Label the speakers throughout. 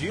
Speaker 1: you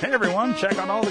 Speaker 1: Hey everyone, check out all the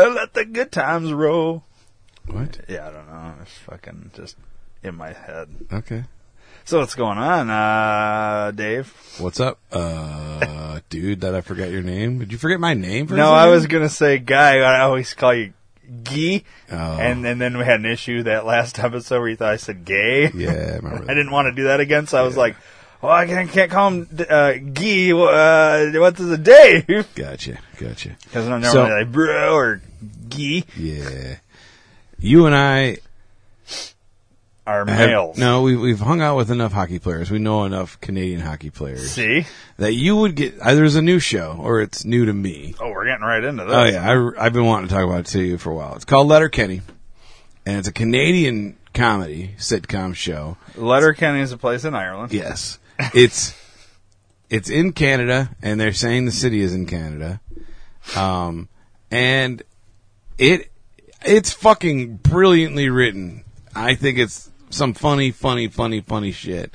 Speaker 1: Oh, let the good times roll.
Speaker 2: What?
Speaker 1: Yeah, I don't know. It's fucking just in my head.
Speaker 2: Okay.
Speaker 1: So what's going on, uh, Dave?
Speaker 2: What's up, uh, dude? That I forgot your name. Did you forget my name? For a
Speaker 1: No, I
Speaker 2: second?
Speaker 1: was gonna say guy. I always call you Gee,
Speaker 2: Oh.
Speaker 1: and and then we had an issue that last episode where you thought I said gay.
Speaker 2: Yeah, I remember.
Speaker 1: I didn't want to do that again, so I was like, "Well, I can't, can't call him uh, Gee. Uh, what's the day?" Because
Speaker 2: Gotcha. Gotcha.
Speaker 1: I'm normally
Speaker 2: So-
Speaker 1: like bro or Gee
Speaker 2: Yeah. You and I
Speaker 1: are
Speaker 2: have,
Speaker 1: males.
Speaker 2: no, we, we've hung out with enough hockey players. We know enough Canadian hockey players
Speaker 1: See,
Speaker 2: that you would get. Either it's a new show or it's new to me.
Speaker 1: oh, we're getting right into this.
Speaker 2: Oh yeah, I, have been wanting to talk about it to you for a while. It's called Letter Kenny, and it's a Canadian comedy sitcom show.
Speaker 1: Letterkenny is a place in Ireland.
Speaker 2: Yes, it's it's in Canada, and they're saying the city is in Canada, um, and it it's fucking brilliantly written. I think it's some funny, funny, funny, funny shit.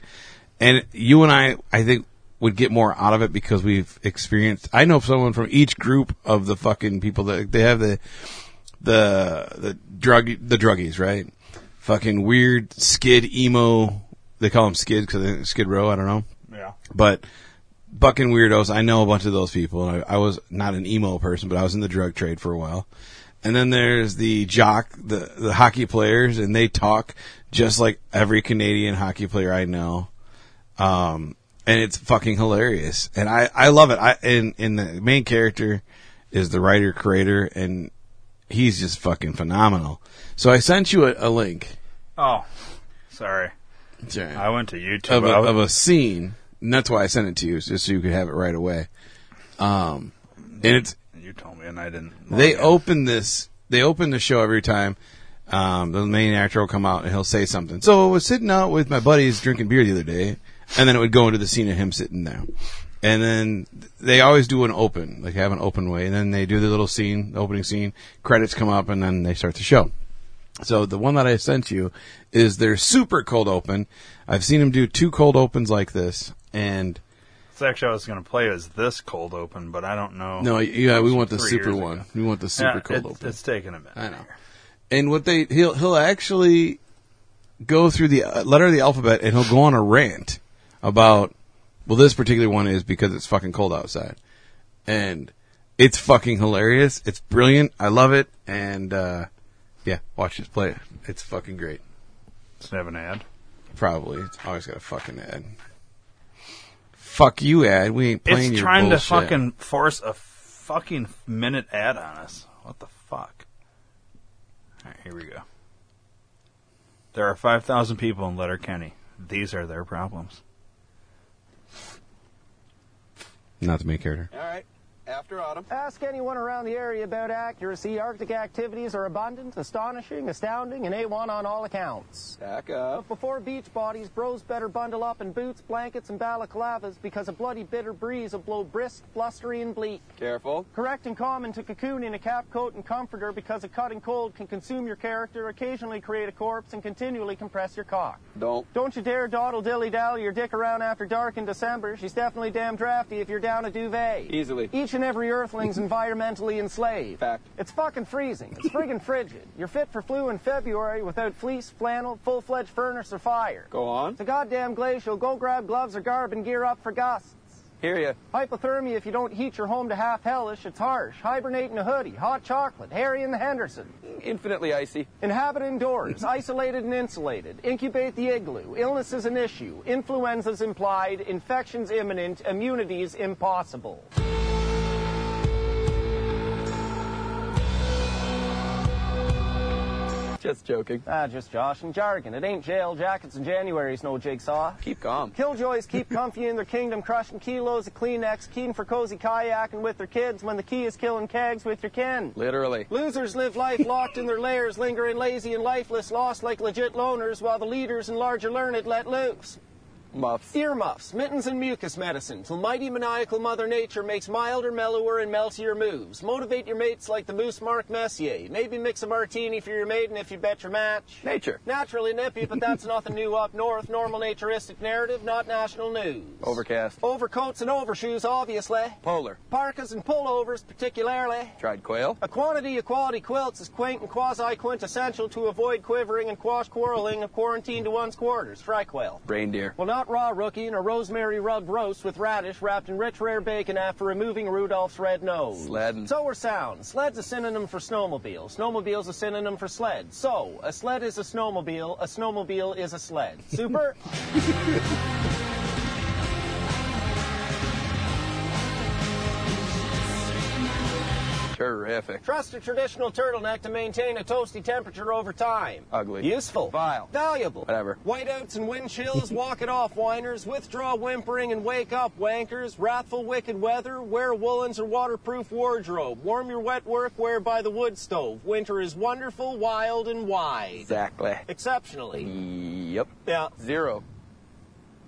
Speaker 2: And you and I, I think, would get more out of it because we've experienced. I know someone from each group of the fucking people that they have the the the drug the druggies, right? Fucking weird skid emo. They call them skid because skid row. I don't know,
Speaker 1: Yeah.
Speaker 2: but bucking weirdos. I know a bunch of those people, and I, I was not an emo person, but I was in the drug trade for a while. And then there's the jock, the the hockey players, and they talk just like every Canadian hockey player I know. Um, and it's fucking hilarious, and I I love it. I and and the main character is the writer creator, and he's just fucking phenomenal. So I sent you a, a link
Speaker 1: Oh, sorry. I went to YouTube.
Speaker 2: of a,
Speaker 1: I was-
Speaker 2: of a scene, and that's why I sent it to you, just so you could have it right away. Um, and it's
Speaker 1: you told me, and I didn't.
Speaker 2: they open this, they open the show every time. Um, the main actor will come out and he'll say something. So I was sitting out with my buddies drinking beer the other day, and then it would go into the scene of him sitting there. And then they always do an open, like have an open way, and then they do the little scene, the opening scene, credits come up, and then they start the show. So the one that I sent you is their super cold open. I've seen him do two cold opens like this, and
Speaker 1: So actually, I was going to play as this cold open, but I don't know.
Speaker 2: no, yeah, we want the
Speaker 1: Three
Speaker 2: super
Speaker 1: years
Speaker 2: one.
Speaker 1: ago.
Speaker 2: We want the super
Speaker 1: Yeah,
Speaker 2: cold
Speaker 1: it's,
Speaker 2: open.
Speaker 1: It's taken a minute.
Speaker 2: I know. and what they he'll he'll actually go through the uh, letter of the alphabet and he'll go on a rant about well this particular one is because it's fucking cold outside and it's fucking hilarious it's brilliant i love it and uh yeah watch this play it it's fucking great
Speaker 1: Does it have an ad?
Speaker 2: probably it's always got a fucking ad fuck you ad we ain't playing
Speaker 1: It's
Speaker 2: your
Speaker 1: trying
Speaker 2: bullshit.
Speaker 1: to fucking force a fucking minute ad on us. What the fuck? All right, here we go. There are 5,000 people in Letterkenny. These are their problems.
Speaker 2: not the main character
Speaker 3: All right. After autumn.
Speaker 4: Ask anyone around the area about accuracy. Arctic activities are abundant, astonishing, astounding, and A1 on all accounts.
Speaker 3: Back up.
Speaker 4: Before beach bodies, bros better bundle up in boots, blankets, and balaclavas because a bloody bitter breeze will blow brisk, blustery, and bleak.
Speaker 3: Careful.
Speaker 4: Correct and common to cocoon in a cap coat and comforter because a cutting cold can consume your character, occasionally create a corpse, and continually compress your cock.
Speaker 3: Don't.
Speaker 4: Don't you dare dawdle dilly dally your dick around after dark in December. She's definitely damn drafty if you're down a duvet.
Speaker 3: Easily.
Speaker 4: Each and every earthling's environmentally enslaved.
Speaker 3: Fact.
Speaker 4: It's fucking freezing. It's friggin' frigid. You're fit for flu in February without fleece, flannel, full fledged furnace, or fire.
Speaker 3: Go on.
Speaker 4: It's a goddamn glacial. Go grab gloves or garb and gear up for gusts.
Speaker 3: Hear ya.
Speaker 4: Hypothermia if you don't heat your home to half hellish. It's harsh. Hibernate in a hoodie. Hot chocolate. Harry and the Henderson.
Speaker 3: Infinitely icy.
Speaker 4: Inhabit indoors, isolated and insulated. Incubate the igloo. Illness is an issue. Influenza's implied. Infections imminent. Immunity's impossible.
Speaker 3: Just joking.
Speaker 4: Ah, just Josh and jargon. It ain't jail jackets and January's no jigsaw.
Speaker 3: Keep calm.
Speaker 4: Killjoys keep comfy in their kingdom, crushing kilos of Kleenex, keen for cozy kayaking with their kids when the key is killing kegs with your kin.
Speaker 3: Literally.
Speaker 4: Losers live life locked in their lairs, lingering lazy and lifeless, lost like legit loners, while the leaders and larger learned let loose.
Speaker 3: Muffs.
Speaker 4: Earmuffs, mittens, and mucus medicine till mighty maniacal Mother Nature makes milder, mellower, and meltier moves. Motivate your mates like the moose Mark Messier. Maybe mix a martini for your maiden if you bet your match.
Speaker 3: Nature.
Speaker 4: Naturally nippy, but that's nothing new up north. Normal naturistic narrative, not national news.
Speaker 3: Overcast.
Speaker 4: Overcoats and overshoes, obviously.
Speaker 3: Polar.
Speaker 4: Parkas and pullovers, particularly.
Speaker 3: Tried quail.
Speaker 4: A quantity of quality quilts is quaint and quasi quintessential to avoid quivering and quash quarreling of quarantine to one's quarters. Fry quail.
Speaker 3: Reindeer.
Speaker 4: Well, not raw rookie and a rosemary rubbed roast with radish wrapped in rich rare bacon after removing Rudolph's red nose.
Speaker 3: Sledding.
Speaker 4: So are sounds. Sled's a synonym for snowmobile. Snowmobile's a synonym for sled. So, a sled is a snowmobile. A snowmobile is a sled. Super?
Speaker 3: Terrific.
Speaker 4: Trust a traditional turtleneck to maintain a toasty temperature over time.
Speaker 3: Ugly.
Speaker 4: Useful.
Speaker 3: Vile.
Speaker 4: Valuable.
Speaker 3: Whatever.
Speaker 4: Whiteouts and wind chills, walk it off, whiners. Withdraw whimpering and wake up, wankers. Wrathful wicked weather, wear woolens or waterproof wardrobe. Warm your wet work, wear by the wood stove. Winter is wonderful, wild, and wide.
Speaker 3: Exactly.
Speaker 4: Exceptionally.
Speaker 3: Yep.
Speaker 4: Yeah.
Speaker 3: Zero.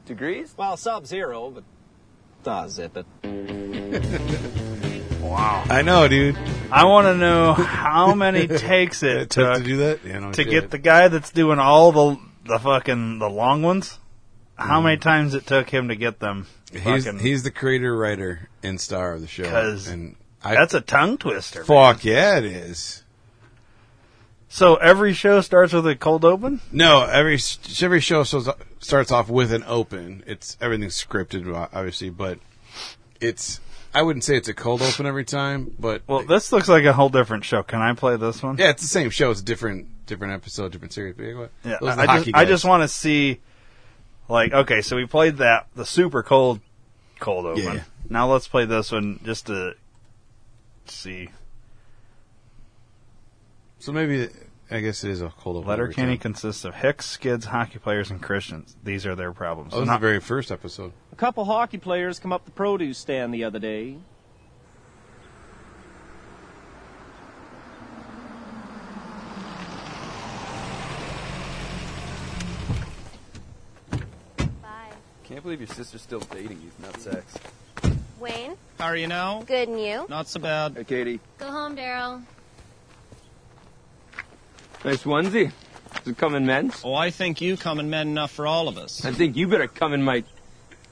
Speaker 3: Degrees?
Speaker 4: Well, sub zero, but. Ah, zip it.
Speaker 2: i know dude
Speaker 1: I want to know how many takes it
Speaker 2: Tough
Speaker 1: took
Speaker 2: to do that yeah, no
Speaker 1: to
Speaker 2: shit.
Speaker 1: get the guy that's doing all the the fucking the long ones. How many times it took him to get them?
Speaker 2: Mm. He's,
Speaker 1: Fucking-
Speaker 2: he's the creator, writer, and star of the show.
Speaker 1: 'Cause
Speaker 2: and I
Speaker 1: that's a tongue twister.
Speaker 2: fuck yeah, it is.
Speaker 1: So every show starts with a cold open.
Speaker 2: No, every s- every show so- starts off with an open. It's everything's scripted, o- obviously, but it's I wouldn't say it's a cold open every time, but
Speaker 1: Well, this looks like a whole different show. Can I play this one?
Speaker 2: yeah, it's the same show. It's different different episode, different series. But yeah, what-
Speaker 1: Yeah,
Speaker 2: those are the
Speaker 1: I, I
Speaker 2: hockey
Speaker 1: just, I
Speaker 2: guys.
Speaker 1: just want to see, like, okay, so we played that the super cold, cold open.
Speaker 2: Yeah, yeah.
Speaker 1: Now let's play this one just to see.
Speaker 2: so maybe I guess it is a cold open. every
Speaker 1: Letterkenny
Speaker 2: time.
Speaker 1: consists of Hicks, Skids, hockey players, and Christians. These are their problems.
Speaker 2: That was
Speaker 1: Not-
Speaker 2: the very first episode.
Speaker 4: A couple hockey players come up the produce stand the other day.
Speaker 5: Bye.
Speaker 3: Can't believe your sister's still dating you, nutsacks.
Speaker 5: Wayne,
Speaker 4: How are you now?
Speaker 5: good and you?
Speaker 4: Not so bad.
Speaker 3: Hey, Katie.
Speaker 5: Go home, Daryl.
Speaker 3: Nice onesie. Does it come in men's?
Speaker 4: Oh, I think you come in men enough for all of us.
Speaker 3: I think you better come in my.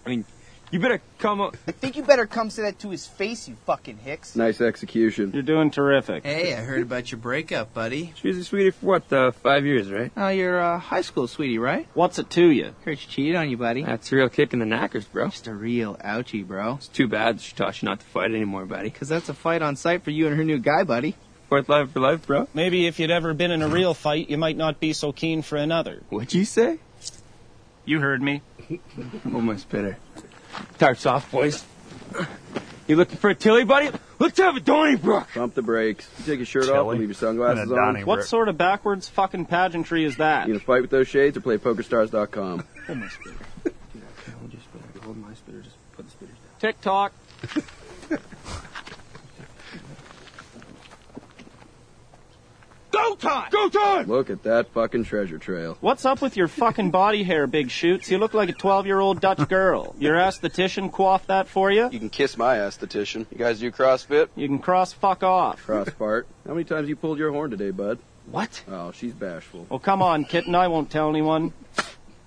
Speaker 3: I mean, You better come up.
Speaker 6: I think you better come say that to his face, you fucking hicks.
Speaker 3: Nice execution.
Speaker 4: You're doing terrific.
Speaker 6: Hey, I heard about your breakup, buddy.
Speaker 3: She was a sweetie for what, uh, five years, right?
Speaker 6: Oh, you're a high school sweetie, right?
Speaker 4: What's it to you?
Speaker 6: Heard she cheated on you, buddy.
Speaker 3: That's a real kick in the knackers, bro.
Speaker 6: Just a real ouchie, bro.
Speaker 3: It's too bad she taught you not to fight anymore, buddy.
Speaker 6: Cause that's a fight on site for you and her new guy, buddy.
Speaker 3: Fourth life for life, bro.
Speaker 4: Maybe if you'd ever been in a real fight, you might not be so keen for another.
Speaker 3: What'd you say?
Speaker 4: You heard me.
Speaker 3: Almost better. Tarps off, boys. You looking for a Tilly, buddy? Let's have a Donnybrook! Pump the brakes. take your shirt
Speaker 1: Tilly. And a Donnie
Speaker 4: What
Speaker 1: Brook.
Speaker 4: sort of backwards fucking pageantry is that?
Speaker 3: gonna fight with those shades or play PokerStars.com?
Speaker 4: TikTok. Go time! Go time!
Speaker 3: Look at that fucking treasure trail.
Speaker 4: What's up with your fucking body hair, Big Shoots? You look like a 12 year old Dutch girl. Your esthetician coiffed that for you?
Speaker 3: You can kiss my esthetician. You guys do CrossFit?
Speaker 4: You can cross fuck off.
Speaker 3: Cross fart. How many times you pulled your horn today, bud?
Speaker 4: What?
Speaker 3: Oh, she's bashful.
Speaker 4: Oh, come on, kitten. I won't tell anyone.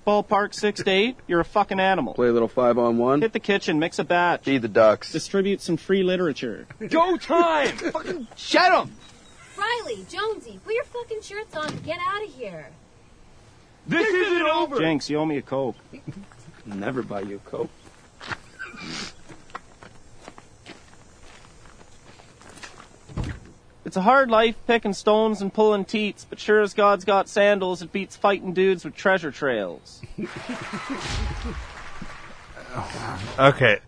Speaker 4: Ballpark 6 to 8, you're a fucking animal.
Speaker 3: Play a little five on one.
Speaker 4: Hit the kitchen, mix a batch,
Speaker 3: Feed the ducks.
Speaker 4: distribute some free literature.
Speaker 3: Go time!
Speaker 6: Shut him!
Speaker 5: Riley, Jonesy, put your fucking shirts on and get out of here.
Speaker 3: this isn't over!
Speaker 4: Jenks, you owe me a Coke.
Speaker 3: Never buy you a coat.
Speaker 4: It's a hard life picking stones and pulling teats, but sure as God's got sandals, it beats fighting dudes with treasure trails.
Speaker 1: Okay.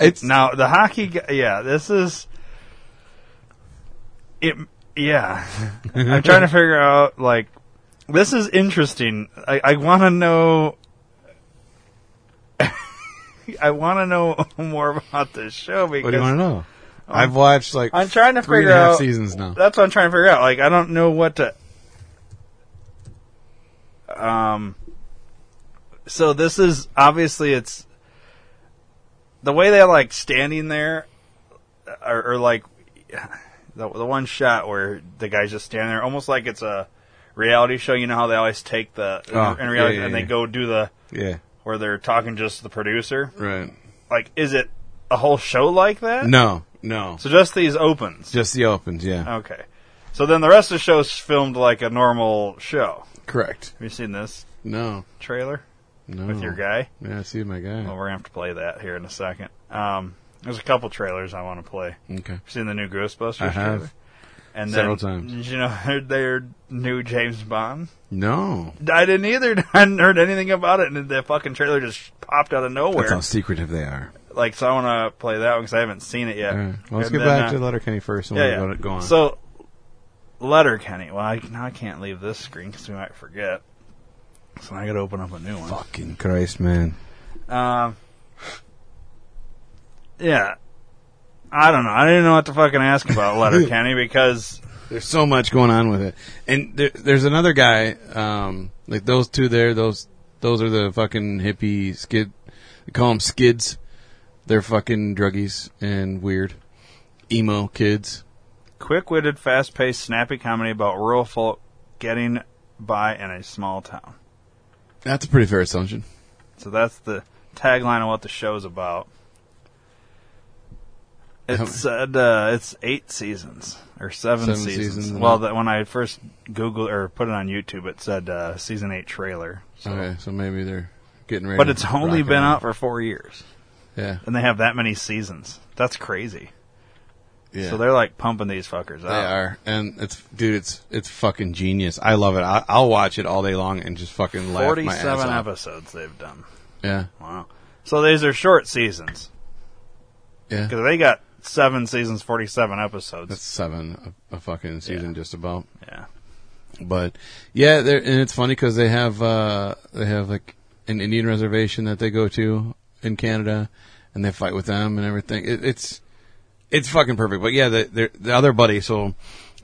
Speaker 2: It's
Speaker 1: Now the hockey. Guy, yeah, this is it. Yeah, I'm trying to figure out like this is interesting. I, I want to know. I want to know more about this show because
Speaker 2: What do you want to know? I've watched like
Speaker 1: I'm trying to
Speaker 2: three and
Speaker 1: figure
Speaker 2: a half
Speaker 1: out
Speaker 2: seasons now.
Speaker 1: That's what I'm trying to figure out. Like I don't know what to. Um. So this is obviously it's the way they're like standing there, or, or like the the one shot where the guy's just standing there, almost like it's a reality show. You know how they always take the
Speaker 2: Oh,
Speaker 1: in reality,
Speaker 2: yeah, yeah,
Speaker 1: and
Speaker 2: yeah.
Speaker 1: they go do the
Speaker 2: Yeah,
Speaker 1: where they're talking just to the producer.
Speaker 2: right.
Speaker 1: Like, is it a whole show like that?
Speaker 2: No, no.
Speaker 1: So just these opens.
Speaker 2: Just the opens, yeah.
Speaker 1: Okay. So then the rest of the show's filmed like a normal show.
Speaker 2: Correct.
Speaker 1: Have you seen this
Speaker 2: No,
Speaker 1: trailer
Speaker 2: no.
Speaker 1: with your guy? Oh.
Speaker 2: Yeah, I see my guy.
Speaker 1: Well, we're gonna have to play that here in a second. Um, there's a couple trailers I want to play.
Speaker 2: Okay.
Speaker 1: You've seen the new Ghostbusters
Speaker 2: I have.
Speaker 1: trailer? And
Speaker 2: Several
Speaker 1: then,
Speaker 2: times.
Speaker 1: Did you know their new James Bond?
Speaker 2: No.
Speaker 1: I didn't either. I hadn't heard anything about it, and the fucking trailer just popped out of nowhere.
Speaker 2: That's how secretive they are.
Speaker 1: Like, so I want to play that one because I haven't seen it yet.
Speaker 2: All right. Well, let's
Speaker 1: And
Speaker 2: get
Speaker 1: then,
Speaker 2: back
Speaker 1: uh,
Speaker 2: to Letterkenny first, and
Speaker 1: yeah,
Speaker 2: we'll
Speaker 1: yeah.
Speaker 2: go, go on.
Speaker 1: So, letter Kenny. Well, I, now I can't leave this screen because we might forget. So I got to open up a new one.
Speaker 2: Fucking Christ, man.
Speaker 1: Um, yeah, I don't know. I didn't know what to fucking ask about letter Kenny because
Speaker 2: There's so much going on with it, and there, there's another guy. Um, like those two there, those those are the fucking hippie skid. They call them skids. They're fucking druggies and weird emo kids.
Speaker 1: quick-witted, fast-paced, snappy comedy about rural folk getting by in a small town.
Speaker 2: That's a pretty fair assumption.
Speaker 1: So that's the tagline of what the show's about. It said uh, it's eight seasons or seven,
Speaker 2: Seven
Speaker 1: seasons.
Speaker 2: seasons,
Speaker 1: Well,
Speaker 2: yeah.
Speaker 1: that when I first Googled or put it on YouTube, it said uh, season eight trailer. So.
Speaker 2: Okay, so maybe they're getting ready.
Speaker 1: But
Speaker 2: to
Speaker 1: it's only
Speaker 2: rock
Speaker 1: been
Speaker 2: and roll.
Speaker 1: out for four years,
Speaker 2: Yeah,
Speaker 1: and they have that many seasons. That's crazy.
Speaker 2: yeah.
Speaker 1: So they're like pumping these fuckers
Speaker 2: They
Speaker 1: out.
Speaker 2: are, and it's dude, it's it's fucking genius. I love it. I, I'll watch it all day long and just fucking laugh my ass
Speaker 1: Forty-seven
Speaker 2: off.
Speaker 1: episodes they've done.
Speaker 2: Yeah,
Speaker 1: Wow. So these are short seasons
Speaker 2: yeah.
Speaker 1: because they got seven seasons, forty-seven episodes.
Speaker 2: That's seven a, a fucking season,
Speaker 1: Yeah.
Speaker 2: just about.
Speaker 1: yeah.
Speaker 2: But yeah, they're, and it's funny because they have uh, they have like an Indian reservation that they go to in Canada, and they fight with them and everything. It, it's it's fucking perfect. But yeah, the the, the other buddy, so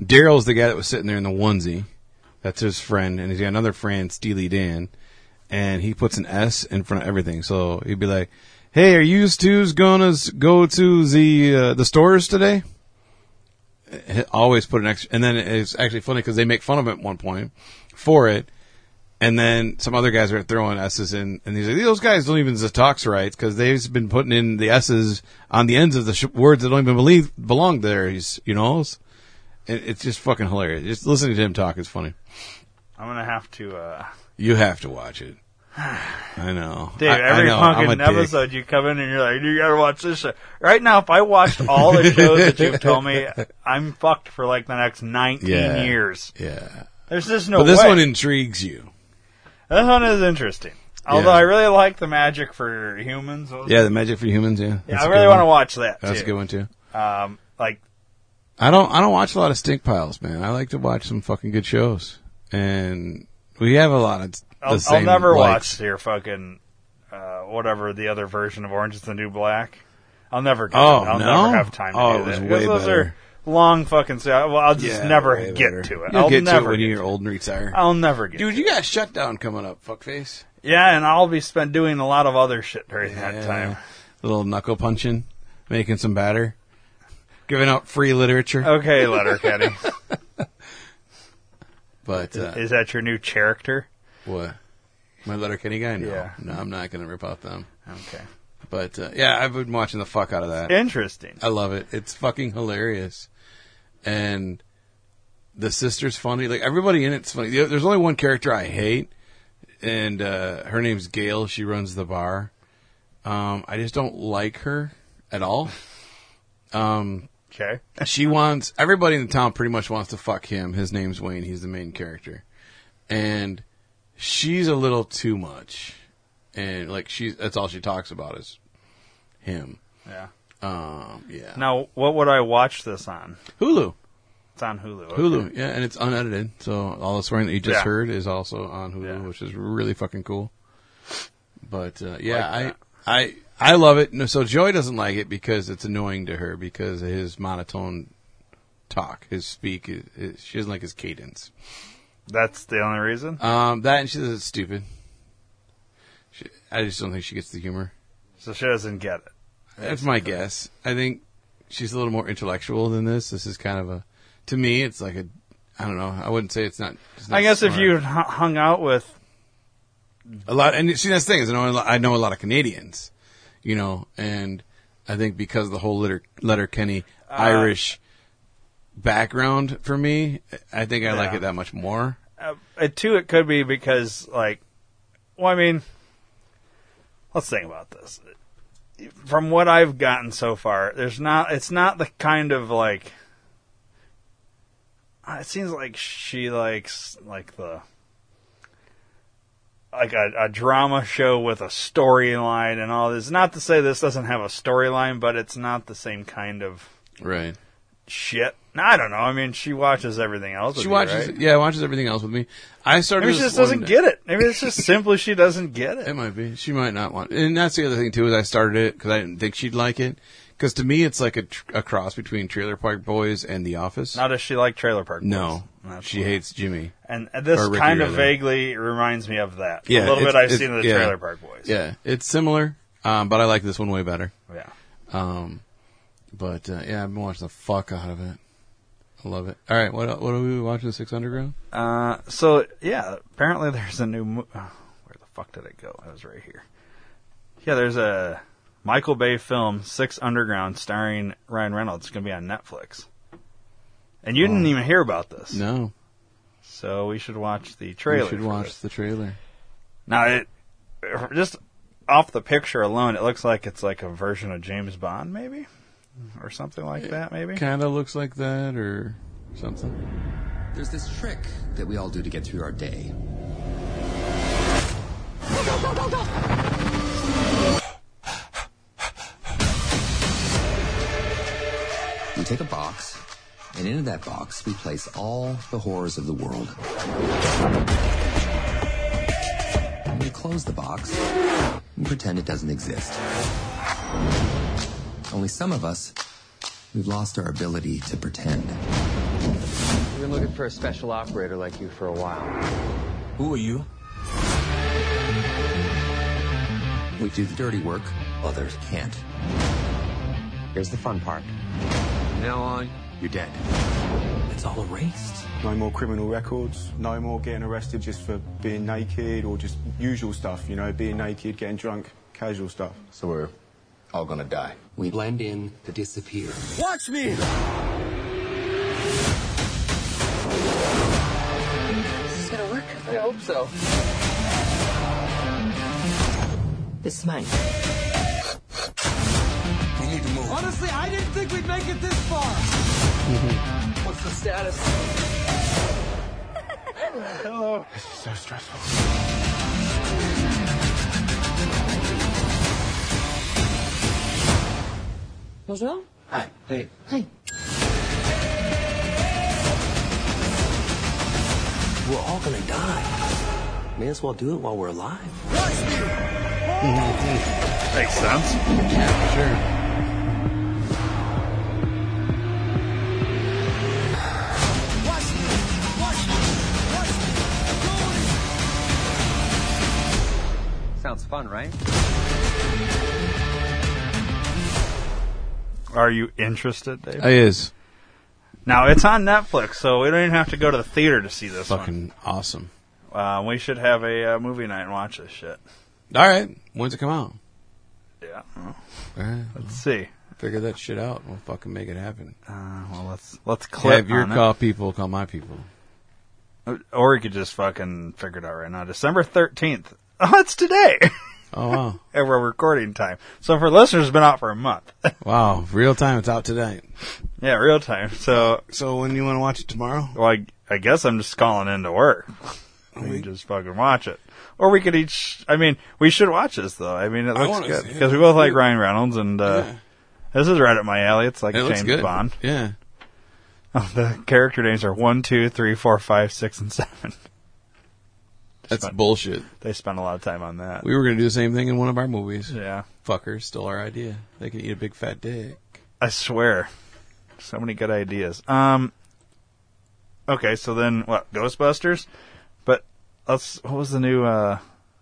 Speaker 2: Daryl's the guy that was sitting there in the onesie. That's his friend, and he's got another friend, Steely Dan, and he puts an S in front of everything. So he'd be like, "Hey, are you two's gonna s- go to the uh, the stores today?" always put an extra, and then it's actually funny because they make fun of him at one point for it, And then some other guys are throwing S's in, and he's like, those guys don't even talks right because they've been putting in the S's on the ends of the sh- words that don't even believe, belong there. He's, you know, it's, it- it's just fucking hilarious. Just listening to him talk is funny.
Speaker 1: I'm gonna have to. uh
Speaker 2: You have to watch it. I know.
Speaker 1: Dave,
Speaker 2: I, I
Speaker 1: every
Speaker 2: know, I'm a
Speaker 1: fucking
Speaker 2: dick.
Speaker 1: episode you come in and you're like, you gotta watch this show. Right now, if I watched all the shows that you've told me, I'm fucked for like the next 19
Speaker 2: Yeah.
Speaker 1: years.
Speaker 2: Yeah.
Speaker 1: There's just no
Speaker 2: But this
Speaker 1: way.
Speaker 2: one intrigues you.
Speaker 1: this one is interesting. Although
Speaker 2: Yeah.
Speaker 1: I really like the magic for humans.
Speaker 2: Yeah, the magic for humans. Yeah.
Speaker 1: Yeah, I really want to watch that.
Speaker 2: That's a
Speaker 1: too.
Speaker 2: good one too.
Speaker 1: Um, like,
Speaker 2: I don't I don't watch a lot of stink piles, man. I like to watch some fucking good shows, and we have a lot of the
Speaker 1: I'll, I'll
Speaker 2: same
Speaker 1: never
Speaker 2: likes.
Speaker 1: watch your fucking uh, whatever the other version of Orange Is the New Black. I'll never. Get
Speaker 2: Oh,
Speaker 1: it. I'll
Speaker 2: no?
Speaker 1: never have time. To
Speaker 2: Oh,
Speaker 1: do
Speaker 2: it was
Speaker 1: that.
Speaker 2: way
Speaker 1: 'Cause those
Speaker 2: better.
Speaker 1: are long fucking. se- Well, I'll just
Speaker 2: Yeah,
Speaker 1: never
Speaker 2: way
Speaker 1: get
Speaker 2: better.
Speaker 1: to it.
Speaker 2: You'll
Speaker 1: I'll
Speaker 2: get to it
Speaker 1: never
Speaker 2: when
Speaker 1: get
Speaker 2: you're old and retire.
Speaker 1: I'll never get.
Speaker 2: Dude, you got a shutdown coming up, fuckface.
Speaker 1: yeah, and I'll be spent doing a lot of other shit during
Speaker 2: Yeah.
Speaker 1: that time.
Speaker 2: A little knuckle punching, making some batter, giving out free literature.
Speaker 1: Okay, Letterkenny,
Speaker 2: But uh,
Speaker 1: is that your new character?
Speaker 2: what? My Letterkenny guy? No,
Speaker 1: Yeah.
Speaker 2: no, I'm not gonna rip out them.
Speaker 1: Okay,
Speaker 2: But uh, yeah, I've been watching the fuck out of that.
Speaker 1: interesting.
Speaker 2: I love it. It's fucking hilarious. And the sister's funny. Like everybody in it's funny. There- There's only one character I hate, and uh, her name's Gail. She runs the bar. Um, I just don't like her at all. Um,
Speaker 1: Okay,
Speaker 2: she wants everybody in the town pretty much wants to fuck him. His name's Wayne. He's the main character, and she's a little too much. And like she's that's all she talks about is him.
Speaker 1: yeah.
Speaker 2: Um, yeah.
Speaker 1: Now, what would I watch this on?
Speaker 2: Hulu.
Speaker 1: It's on Hulu. okay.
Speaker 2: Hulu, yeah, and it's unedited, so all the swearing that you just
Speaker 1: Yeah.
Speaker 2: heard is also on Hulu,
Speaker 1: Yeah.
Speaker 2: which is really fucking cool. But uh, yeah,
Speaker 1: Like
Speaker 2: I, I I love it. No, so Joy doesn't like it because it's annoying to her because of his monotone talk, his speak, is, is- she doesn't like his cadence.
Speaker 1: That's the only reason.
Speaker 2: Um, that and she says it's stupid. She, I just don't think she gets the humor.
Speaker 1: So she doesn't get it.
Speaker 2: That's my guess. I think she's a little more intellectual than this. This is kind of a, to me, it's like a, I don't know. I wouldn't say it's not. it's not
Speaker 1: I guess if
Speaker 2: smart.
Speaker 1: you h- hung out with
Speaker 2: a lot. And see, that's the thing is, I know, a lot- I know a lot of Canadians, you know, and I think because of the whole letter letter Kenny
Speaker 1: Uh,
Speaker 2: Irish background for me, I think I like
Speaker 1: Yeah.
Speaker 2: it that much more.
Speaker 1: uh, uh, two, it could be because like, well, I mean, let's think about this. From what I've gotten so far, there's not. It's not the kind of like. uh, It seems like she likes like the. Like a, a drama show with a storyline and all this. Not to say this doesn't have a storyline, but it's not the same kind of
Speaker 2: Right.
Speaker 1: shit. I don't know. I mean, she watches everything else. with
Speaker 2: She
Speaker 1: you,
Speaker 2: watches,
Speaker 1: right?
Speaker 2: yeah, watches everything else with me. I started.
Speaker 1: Maybe she
Speaker 2: this
Speaker 1: just doesn't
Speaker 2: one-
Speaker 1: get it. Maybe it's just simply she doesn't get
Speaker 2: It
Speaker 1: it.
Speaker 2: might be. She might not want. And that's the other thing too. Is I started it because I didn't think she'd like it. Because to me, it's like a, tr- a cross between Trailer Park Boys and The Office.
Speaker 1: Now, does she like Trailer Park? Boys?
Speaker 2: no,
Speaker 1: That's
Speaker 2: she
Speaker 1: what-
Speaker 2: hates Jimmy.
Speaker 1: And this
Speaker 2: or Ricky,
Speaker 1: kind of
Speaker 2: rather.
Speaker 1: vaguely reminds me of that. a
Speaker 2: Yeah,
Speaker 1: little
Speaker 2: it's-
Speaker 1: bit I've
Speaker 2: it's-
Speaker 1: seen in the
Speaker 2: yeah.
Speaker 1: Trailer Park Boys.
Speaker 2: Yeah, it's similar, um, but I like this one way better.
Speaker 1: yeah.
Speaker 2: Um, but uh, yeah, I've been watching the fuck out of it. I love it. All right, what el- what are we watching? Six Underground.
Speaker 1: Uh, so yeah, apparently there's a new. Mo- oh, where the fuck did it go? It was right here. Yeah, there's a Michael Bay film, Six Underground, starring Ryan Reynolds. It's gonna be on Netflix. And you didn't even hear about this,
Speaker 2: Oh. No,
Speaker 1: so we should watch the
Speaker 2: we
Speaker 1: trailer.
Speaker 2: should
Speaker 1: for
Speaker 2: watch
Speaker 1: this.
Speaker 2: the trailer.
Speaker 1: Now, it just off the picture alone, it looks like it's like a version of James Bond, maybe, or something like that. Maybe.
Speaker 2: Kind of looks like that or something.
Speaker 7: There's this trick that we all do to get through our day. We take a box, and into that box we place all the horrors of the world. And we close the box and pretend it doesn't exist. Only some of us, we've lost our ability to pretend.
Speaker 8: We've been looking for a special operator like you for a while.
Speaker 7: Who are you? We do the dirty work, others can't.
Speaker 8: Here's the fun part.
Speaker 7: From now on, you're dead. It's all erased.
Speaker 9: No more criminal records, no more getting arrested just for being naked or just usual stuff, you know, being naked, getting drunk, casual stuff.
Speaker 7: So we're all gonna die. We blend in to disappear.
Speaker 3: Watch me!
Speaker 10: This is gonna work.
Speaker 8: I hope so.
Speaker 10: This is mine.
Speaker 8: We need to move. Honestly, I didn't think we'd make it this far. What's the status?
Speaker 9: Hello. This is so stressful.
Speaker 10: Bonjour.
Speaker 8: Hi. Hey.
Speaker 10: Hi.
Speaker 7: We're all gonna die. May as well do it while we're alive.
Speaker 1: Makes sense.
Speaker 2: Yeah,
Speaker 8: Sounds fun, right?
Speaker 1: Are you interested, Dave?
Speaker 2: sure. It is
Speaker 1: Now it's on Netflix, so we don't even have to go to the theater to see this
Speaker 2: fucking awesome.
Speaker 1: one. Uh, we should have a uh, movie night and watch this shit.
Speaker 2: All right, when's it come out?
Speaker 1: Yeah.
Speaker 2: Mm-hmm. All right,
Speaker 1: Let's see.
Speaker 2: figure that shit out. We'll fucking make it happen.
Speaker 1: Uh, well, let's let's clip
Speaker 2: Have your
Speaker 1: on it.
Speaker 2: call people call my people.
Speaker 1: Or we could just fucking figure it out right now. December 13th. Oh, it's today.
Speaker 2: Oh wow,
Speaker 1: and we're recording time. So for listeners, it's been out for a month.
Speaker 2: wow, real time. It's out tonight.
Speaker 1: yeah, real time. So,
Speaker 2: So when you want to watch it tomorrow?
Speaker 1: well, I, I guess I'm just calling in to work. We can just fucking watch it. Or we could each, I mean, we should watch this though. I mean, it
Speaker 2: I
Speaker 1: looks
Speaker 2: wanna
Speaker 1: good.
Speaker 2: see it.
Speaker 1: Because we both like Ryan Reynolds and, uh,
Speaker 2: Yeah.
Speaker 1: this is right up my alley. It's like
Speaker 2: It looks
Speaker 1: James
Speaker 2: good.
Speaker 1: Bond.
Speaker 2: Yeah.
Speaker 1: the character names are one, two, three, four, five, six, and 7.
Speaker 2: That's
Speaker 1: fun.
Speaker 2: bullshit.
Speaker 1: They spend a lot of time on that.
Speaker 2: We were going to do the same thing in one of our movies.
Speaker 1: yeah.
Speaker 2: Fuckers stole our idea. They can eat a big fat dick.
Speaker 1: I swear. So many good ideas. Um Okay, so then what, Ghostbusters? But let's what was the new uh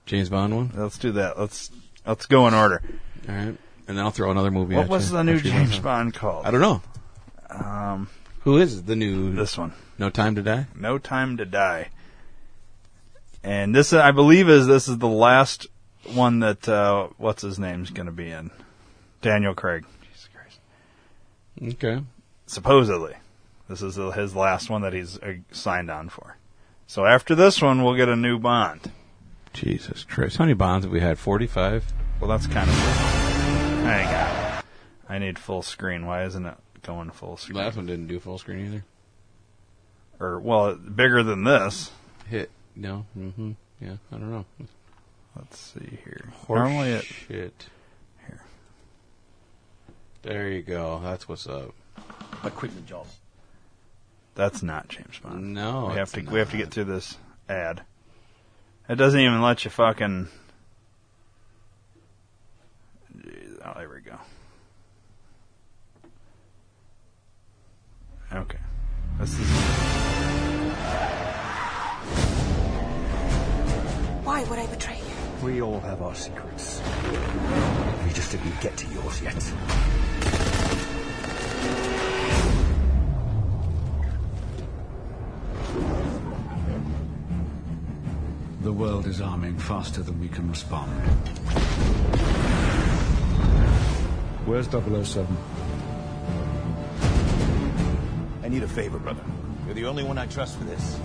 Speaker 2: James Bond one?
Speaker 1: let's do that. Let's let's go in order.
Speaker 2: All right. And then I'll throw another movie
Speaker 1: what
Speaker 2: at
Speaker 1: was
Speaker 2: ya.
Speaker 1: the new
Speaker 2: What you
Speaker 1: James
Speaker 2: want?
Speaker 1: Bond called?
Speaker 2: I don't know.
Speaker 1: um
Speaker 2: Who is the new
Speaker 1: this one.
Speaker 2: No Time to Die?
Speaker 1: No Time to Die. And this uh, I believe is this is the last one that uh what's his name's gonna be in. Daniel Craig. Jesus Christ.
Speaker 2: Okay.
Speaker 1: supposedly. This is the- his last one that he's uh, signed on for. So after this one, we'll get a new Bond.
Speaker 2: Jesus Christ. How many Bonds have we had? 45?
Speaker 1: Well, that's kind of. Hang on. I need full screen. Why isn't it going full
Speaker 2: The
Speaker 1: screen?
Speaker 2: last one didn't do full screen either.
Speaker 1: Or well, bigger than this.
Speaker 2: Hit. No. Mm-hmm. Yeah. I don't know.
Speaker 1: Let's see here.
Speaker 2: Horse
Speaker 1: Normally, it,
Speaker 2: shit.
Speaker 1: Here.
Speaker 2: There you go. That's what's up.
Speaker 3: I quit the job.
Speaker 1: that's not James Bond.
Speaker 2: No,
Speaker 1: we have
Speaker 2: it's
Speaker 1: to we have to
Speaker 2: not.
Speaker 1: get through this ad. It doesn't even let you fucking. Oh, there we go. Okay, this is.
Speaker 10: Why would I betray you?
Speaker 3: We all have our secrets. We just didn't get to yours yet.
Speaker 8: The world is arming faster than we can respond.
Speaker 9: Where's 007?
Speaker 11: I need a favor, brother. You're the only one I trust for this.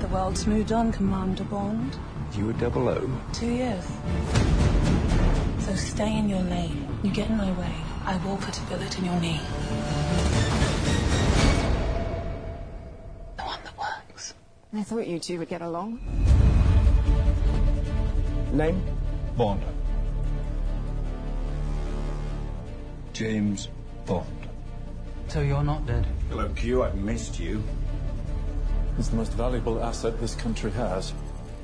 Speaker 10: The world's moved on, Commander Bond.
Speaker 8: You were double O.
Speaker 10: Two years. So stay in your lane. You get in my way, I will put a bullet in your knee. The one that works.
Speaker 12: I thought you two would get along.
Speaker 3: Name?
Speaker 11: Bond. James Bond.
Speaker 8: So you're not dead.
Speaker 11: Hello, Q. I've missed you.
Speaker 9: It's the most valuable asset this country has.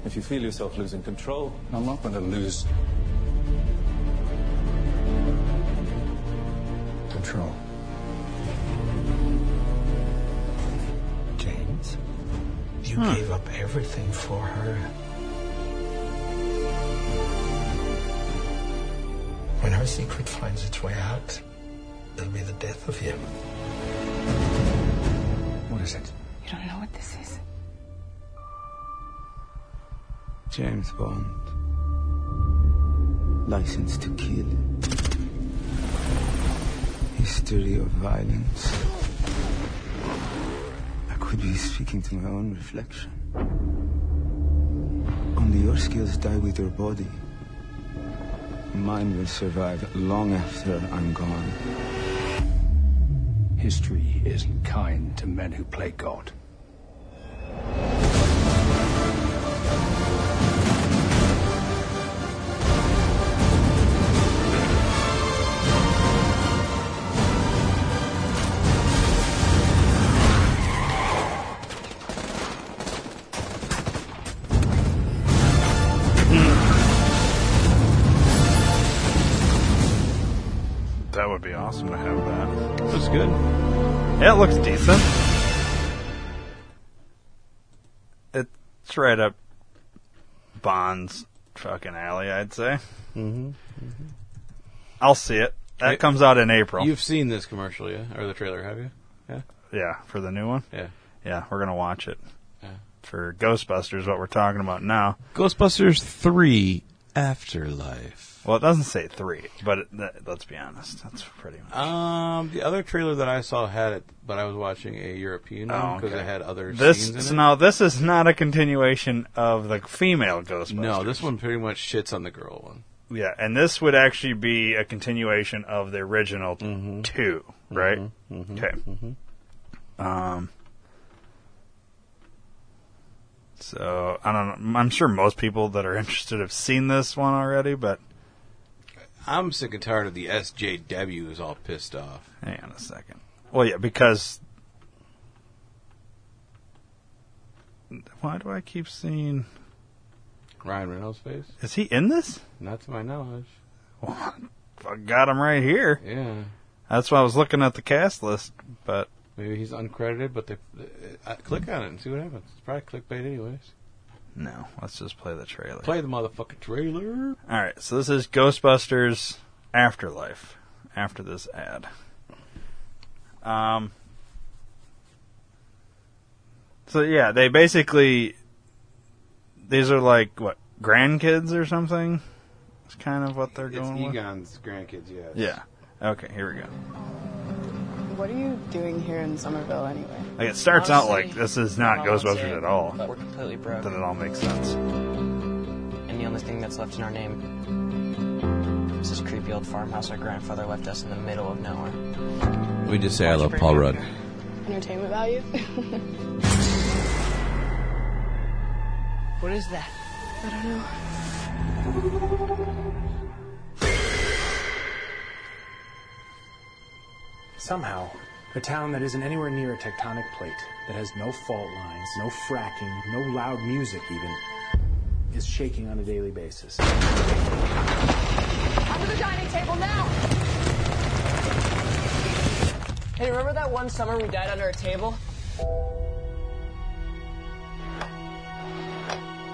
Speaker 9: If you feel yourself losing control,
Speaker 11: I'm not going to lose control. James, you gave up everything for her. When her secret finds its way out,
Speaker 13: That'll be the death of him.
Speaker 7: What is it?
Speaker 10: You don't know what this is.
Speaker 6: James Bond. License to kill. History of violence. I could be speaking to my own reflection. Only your skills die with your body. Mine will survive long after I'm gone.
Speaker 13: History isn't kind to men who play God.
Speaker 1: That would be awesome to have that. Looks good. Yeah, it looks decent. It's right up Bond's fucking alley, I'd say.
Speaker 2: Mm-hmm.
Speaker 1: I'll see it. That comes out in April.
Speaker 2: You've seen this commercial, yeah, or the trailer, have you? Yeah.
Speaker 1: Yeah, for the new one.
Speaker 2: Yeah.
Speaker 1: Yeah, we're gonna watch it. For Ghostbusters, what we're talking about now.
Speaker 2: Ghostbusters three Afterlife.
Speaker 1: Well, it doesn't say three, but it, that, let's be honest, that's pretty much.
Speaker 2: Um, the other trailer that I saw had it, but I was watching a European one because it had other
Speaker 1: this,
Speaker 2: scenes in it.
Speaker 1: so Now, this is not a continuation of the female Ghostbusters.
Speaker 2: No, this one pretty much shits on the girl one.
Speaker 1: Yeah, and this would actually be a continuation of the original
Speaker 2: Mm-hmm.
Speaker 1: two, right? Okay. Um. So I don't. know. I'm sure most people that are interested have seen this one already, but
Speaker 2: I'm sick and tired of the SJW is all pissed off.
Speaker 1: hang on a second. Well, yeah, because why do I keep seeing
Speaker 2: Ryan Reynolds' face?
Speaker 1: Is he in this?
Speaker 2: Not to my knowledge.
Speaker 1: I got him right here.
Speaker 2: Yeah.
Speaker 1: That's why I was looking at the cast list, but
Speaker 2: Maybe he's uncredited, but they, they- uh, click on it and see what happens. It's probably clickbait, anyways.
Speaker 1: no. Let's just play the trailer.
Speaker 2: Play the motherfucking trailer.
Speaker 1: All right, so this is Ghostbusters Afterlife. After this ad, um, so yeah, they basically these are like what grandkids or something. It's kind of what they're
Speaker 2: It's
Speaker 1: going with.
Speaker 2: Egon's grandkids, yes.
Speaker 1: Yeah. Okay, here we go.
Speaker 12: What are you doing here in Somerville anyway?
Speaker 1: Like it starts out
Speaker 12: Honestly,
Speaker 1: like this is not
Speaker 12: I don't
Speaker 1: Ghostbusters
Speaker 12: want to,
Speaker 1: at all.
Speaker 12: but we're completely broke.
Speaker 1: Then it all makes sense.
Speaker 14: and the only thing that's left in our name is this creepy old farmhouse our grandfather left us in the middle of nowhere.
Speaker 2: We just say I love Paul Rudd.
Speaker 12: Entertainment value?
Speaker 15: What is that?
Speaker 12: I don't know.
Speaker 16: Somehow, a town that isn't anywhere near a tectonic plate, that has no fault lines, no fracking, no loud music even, is shaking on a daily basis.
Speaker 15: Under the dining table now! Hey, remember that one summer we died under a table?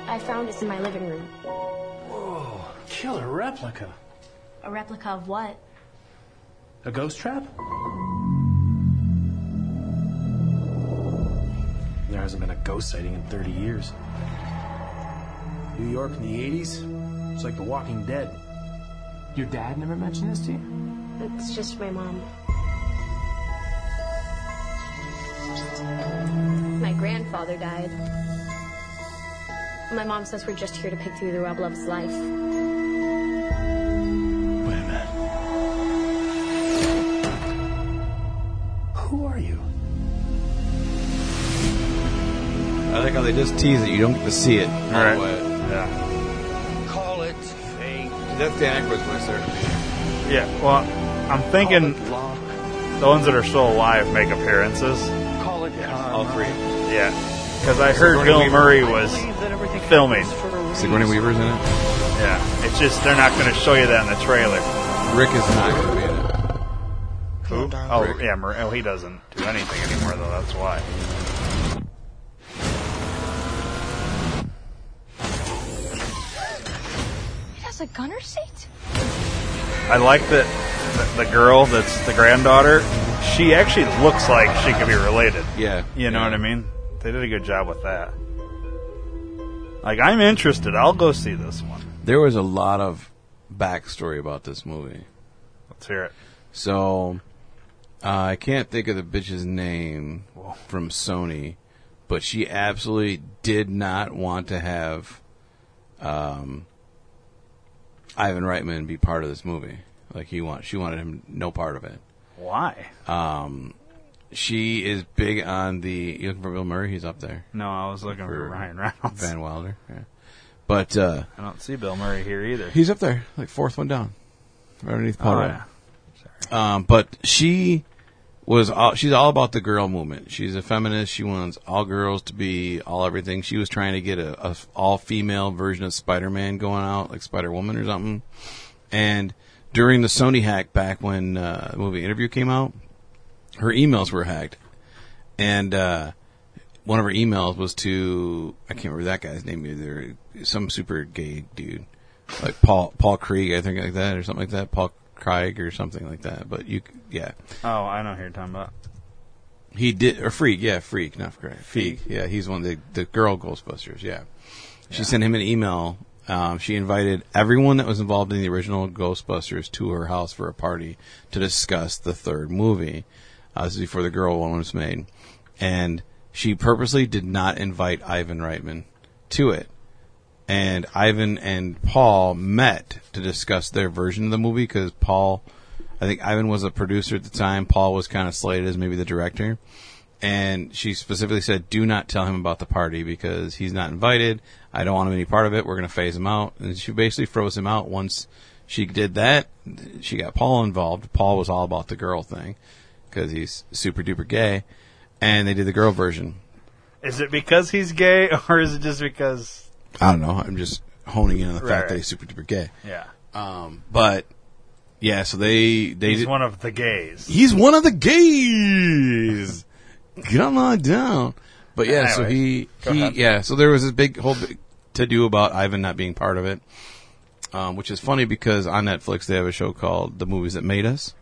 Speaker 5: I found this in my living room.
Speaker 16: Whoa, killer replica.
Speaker 5: A replica of what?
Speaker 16: A ghost trap? There hasn't been a ghost sighting in 30 years. New York in the 80s? It's like The Walking Dead. Your dad never mentioned this to you?
Speaker 5: It's just my mom. My grandfather died. My mom says we're just here to pick through the rubble of his life.
Speaker 16: Who are you?
Speaker 2: I like how they just tease it. You don't get to see it. All right.
Speaker 1: Yeah.
Speaker 17: Call it fate.
Speaker 2: That's Dan Aykroyd's voice there.
Speaker 1: Yeah. Well, I'm thinking the ones that are still alive make appearances.
Speaker 17: Call it karma.
Speaker 2: All three.
Speaker 1: Yeah. Because I heard
Speaker 2: Sigourney
Speaker 1: Bill
Speaker 2: Weaver.
Speaker 1: Murray was filming.
Speaker 2: Sigourney Weaver's in it.
Speaker 1: Yeah. It's just they're not going to show you that in the trailer.
Speaker 2: Rick is not going to be in it.
Speaker 1: Who? Oh, yeah. Mur- oh, he doesn't do anything anymore though. That's why.
Speaker 15: It has a gunner seat?
Speaker 1: I like that the, the girl that's the granddaughter, she actually looks like she could be related.
Speaker 2: Yeah.
Speaker 1: You know what I mean? They did a good job with that. Like, I'm interested. I'll go see this one.
Speaker 2: There was a lot of backstory about this movie.
Speaker 1: Let's hear it.
Speaker 2: So uh, I can't think of the bitch's name from Sony, but she absolutely did not want to have um, Ivan Reitman be part of this movie. Like he want, she wanted him no part of it.
Speaker 1: Why?
Speaker 2: Um, she is big on the. You looking for Bill Murray? He's up there.
Speaker 1: No, I was looking for Ryan Reynolds.
Speaker 2: Van Wilder. Yeah. But uh,
Speaker 1: I don't see Bill Murray here either.
Speaker 2: He's up there, like fourth one down, right underneath
Speaker 1: Oh,
Speaker 2: Paul.
Speaker 1: yeah.
Speaker 2: Um, but she was all, she's all about the girl movement. She's a feminist. She wants all girls to be all everything. She was trying to get a, a all female version of Spider Man going out, like Spider Woman or something. And during the Sony hack back when uh, the movie interview came out, her emails were hacked, and uh, one of her emails was to I can't remember that guy's name either, some super gay dude, like Paul Paul Krieg, I think like that or something like that, Paul Krieg or something like that. But you, c- yeah,
Speaker 1: Oh, I know who you're talking about.
Speaker 2: he did or Freak, yeah, Freak, not Freak, Freak, yeah, he's one of the the girl Ghostbusters, yeah. She sent him an email. Um, she invited everyone that was involved in the original Ghostbusters to her house for a party to discuss the third movie. Uh, this is before the girl one was made, and she purposely did not invite Ivan Reitman to it. And Ivan and Paul met to discuss their version of the movie because Paul, I think Ivan was a producer at the time. Paul was kind of slated as maybe the director. And she specifically said, "Do not tell him about the party because he's not invited. I don't want him any part of it. We're going to phase him out." And she basically froze him out. Once she did that, she got Paul involved. Paul was all about the girl thing because he's super duper gay, and they did the girl version.
Speaker 1: Is it because he's gay, or is it just because?
Speaker 2: I don't know. I'm just honing in on the
Speaker 1: Right,
Speaker 2: fact
Speaker 1: right.
Speaker 2: that he's super duper gay.
Speaker 1: Yeah.
Speaker 2: Um, but yeah, so they they
Speaker 1: He's
Speaker 2: did-
Speaker 1: one of the gays.
Speaker 2: He's one of the gays. Come on down. But yeah, so
Speaker 1: Anyways,
Speaker 2: he
Speaker 1: go
Speaker 2: he
Speaker 1: ahead.
Speaker 2: yeah, so there was this big whole big to do about Ivan not being part of it. Um, which is funny because on Netflix they have a show called The Movies That Made Us.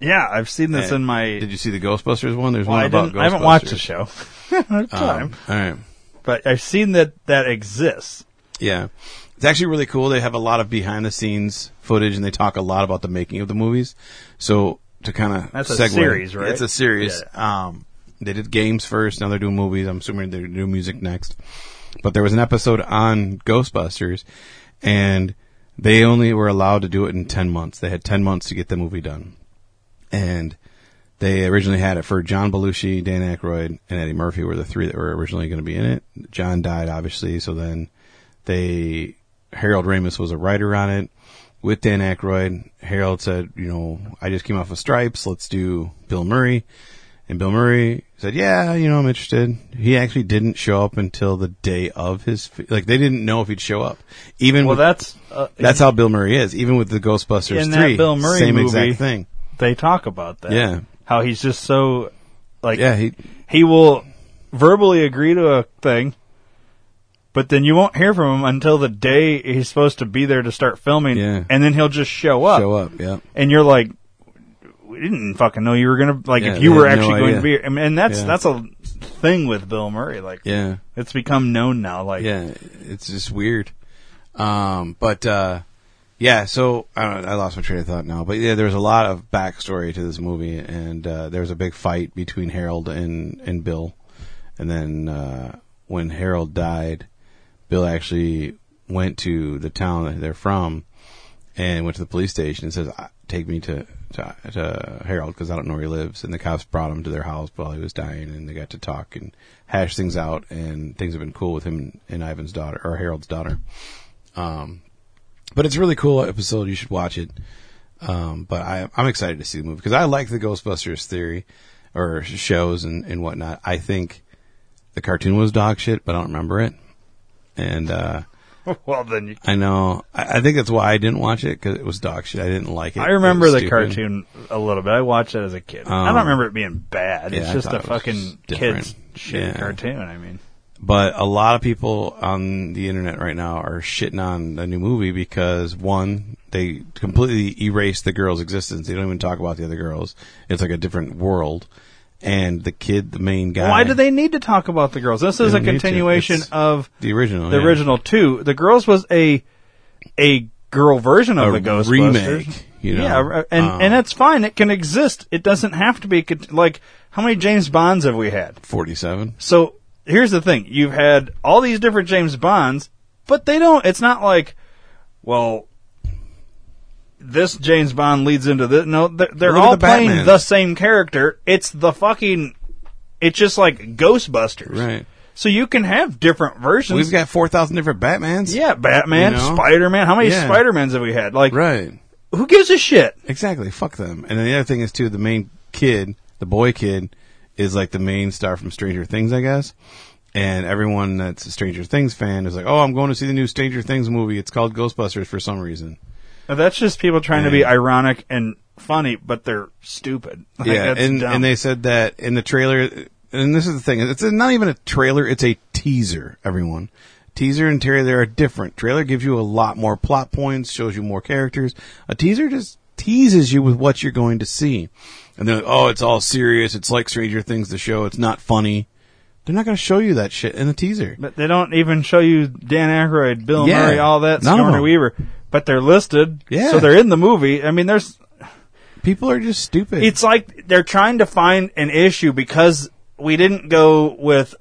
Speaker 1: Yeah, I've seen this
Speaker 2: And
Speaker 1: in my.
Speaker 2: Did you see the Ghostbusters one? There's
Speaker 1: Well,
Speaker 2: one
Speaker 1: I
Speaker 2: about
Speaker 1: didn't.
Speaker 2: Ghostbusters.
Speaker 1: I haven't watched the show. time.
Speaker 2: Um, all right.
Speaker 1: But I've seen that that exists.
Speaker 2: Yeah. It's actually really cool. They have a lot of behind the scenes footage and they talk a lot about the making of the movies. So to kind of
Speaker 1: That's a
Speaker 2: segue,
Speaker 1: series, right?
Speaker 2: It's a series. Um, they did games first. Now they're doing movies. I'm assuming they're doing music next. But there was an episode on Ghostbusters and they only were allowed to do it in 10 months. They had 10 months to get the movie done. And they originally had it for John Belushi, Dan Aykroyd, and Eddie Murphy were the three that were originally going to be in it. John died, obviously, so then they Harold Ramis was a writer on it with Dan Aykroyd. Harold said, "You know, I just came off of Stripes. Let's do Bill Murray." And Bill Murray said, "Yeah, you know, I'm interested." He actually didn't show up until the day of his f- like they didn't know if he'd show up. Even
Speaker 1: Well,
Speaker 2: with-
Speaker 1: that's, uh,
Speaker 2: that's how Bill Murray is. Even with the Ghostbusters
Speaker 1: in
Speaker 2: three,
Speaker 1: that Bill Murray
Speaker 2: same
Speaker 1: movie,
Speaker 2: exact thing.
Speaker 1: They talk about that.
Speaker 2: Yeah.
Speaker 1: how he's just so like
Speaker 2: Yeah, he-
Speaker 1: he will verbally agree to a thing, but then you won't hear from him until the day he's supposed to be there to start filming.
Speaker 2: Yeah.
Speaker 1: and then he'll just show up.
Speaker 2: Show up, yeah.
Speaker 1: And you're like, we didn't fucking know you were gonna like
Speaker 2: Yeah,
Speaker 1: if you
Speaker 2: they
Speaker 1: were
Speaker 2: had no
Speaker 1: actually going to
Speaker 2: idea.
Speaker 1: be. here. I mean, and that's
Speaker 2: Yeah.
Speaker 1: that's a thing with Bill Murray. Like,
Speaker 2: Yeah.
Speaker 1: it's become known now. Like,
Speaker 2: yeah, it's just weird. Um, but uh, yeah, so I don't. know, I lost my train of thought now, but yeah, there was a lot of backstory to this movie, and uh, there was a big fight between Harold and and Bill, and then uh, when Harold died, Bill actually went to the town that they're from, and went to the police station and says, "I- "Take me to." To, to Harold because I don't know where he lives, and the cops brought him to their house while he was dying, and they got to talk and hash things out, and things have been cool with him and, and Ivan's daughter or Harold's daughter. Um, but it's a really cool episode. You should watch it. Um, but I, I'm excited to see the movie because I like the Ghostbusters theory or shows and, and whatnot. I think the cartoon was dog shit, but I don't remember it. And, uh,
Speaker 1: well, then you
Speaker 2: I know. I, I think that's why I didn't watch it because it was dog shit. I didn't like it.
Speaker 1: I
Speaker 2: It
Speaker 1: remember
Speaker 2: was
Speaker 1: the
Speaker 2: stupid.
Speaker 1: cartoon a little bit. I watched it as a kid. I
Speaker 2: Um,
Speaker 1: don't remember it being bad. It's
Speaker 2: yeah, I
Speaker 1: just
Speaker 2: thought
Speaker 1: a
Speaker 2: it was
Speaker 1: fucking
Speaker 2: different.
Speaker 1: kids shit
Speaker 2: Yeah.
Speaker 1: cartoon. I mean,
Speaker 2: But a lot of people on the internet right now are shitting on the new movie because one, they completely erase the girl's existence. They don't even talk about the other girls. It's like a different world. And the kid, the main guy.
Speaker 1: Why do they need to talk about the girls? This
Speaker 2: They
Speaker 1: is a
Speaker 2: don't need to.
Speaker 1: continuation
Speaker 2: It's
Speaker 1: of
Speaker 2: the original,
Speaker 1: The
Speaker 2: yeah.
Speaker 1: original two. The girls was a a girl version of
Speaker 2: A
Speaker 1: the Ghostbusters
Speaker 2: remake, you know.
Speaker 1: Yeah, and
Speaker 2: Um,
Speaker 1: and that's fine. It can exist. It doesn't have to be cont- like how many James Bonds have we had?
Speaker 2: Forty-seven.
Speaker 1: So here's the thing: you've had all these different James Bonds, but they don't. It's not like, well, this James Bond leads into this. No, they're, they're
Speaker 2: Look at
Speaker 1: all
Speaker 2: the
Speaker 1: playing
Speaker 2: Batman.
Speaker 1: the same character. It's the fucking. It's just like Ghostbusters,
Speaker 2: right?
Speaker 1: So you can have different versions.
Speaker 2: We've got four thousand different Batmans.
Speaker 1: Yeah, Batman,
Speaker 2: You know?
Speaker 1: Spider Man. How many
Speaker 2: Yeah.
Speaker 1: Spider Mans have we had? Like,
Speaker 2: right?
Speaker 1: Who gives a shit?
Speaker 2: Exactly. Fuck them. And then the other thing is too, the main kid, the boy kid, is like the main star from Stranger Things, I guess. And everyone that's a Stranger Things fan is like, "Oh, I'm going to see the new Stranger Things movie. It's called Ghostbusters for some reason."
Speaker 1: that's just people trying to be
Speaker 2: Yeah.
Speaker 1: ironic and funny, but they're stupid. Like,
Speaker 2: yeah,
Speaker 1: that's
Speaker 2: and
Speaker 1: dumb.
Speaker 2: and they said that in the trailer. And this is the thing: it's not even a trailer; it's a teaser. Everyone, teaser and trailer are different. Trailer gives you a lot more plot points, shows you more characters. A teaser just teases you with what you're going to see. And they're like, "Oh, it's all serious. It's like Stranger Things, the show. It's not funny." They're not going to show you that shit in a teaser.
Speaker 1: But they don't even show you Dan Aykroyd, Bill
Speaker 2: Yeah.
Speaker 1: Murray, all that,
Speaker 2: None of
Speaker 1: Sigourney
Speaker 2: them.
Speaker 1: Weaver. But they're listed,
Speaker 2: Yeah.
Speaker 1: so they're in the movie. I mean, there's
Speaker 2: people are just stupid.
Speaker 1: It's like they're trying to find an issue because we didn't go with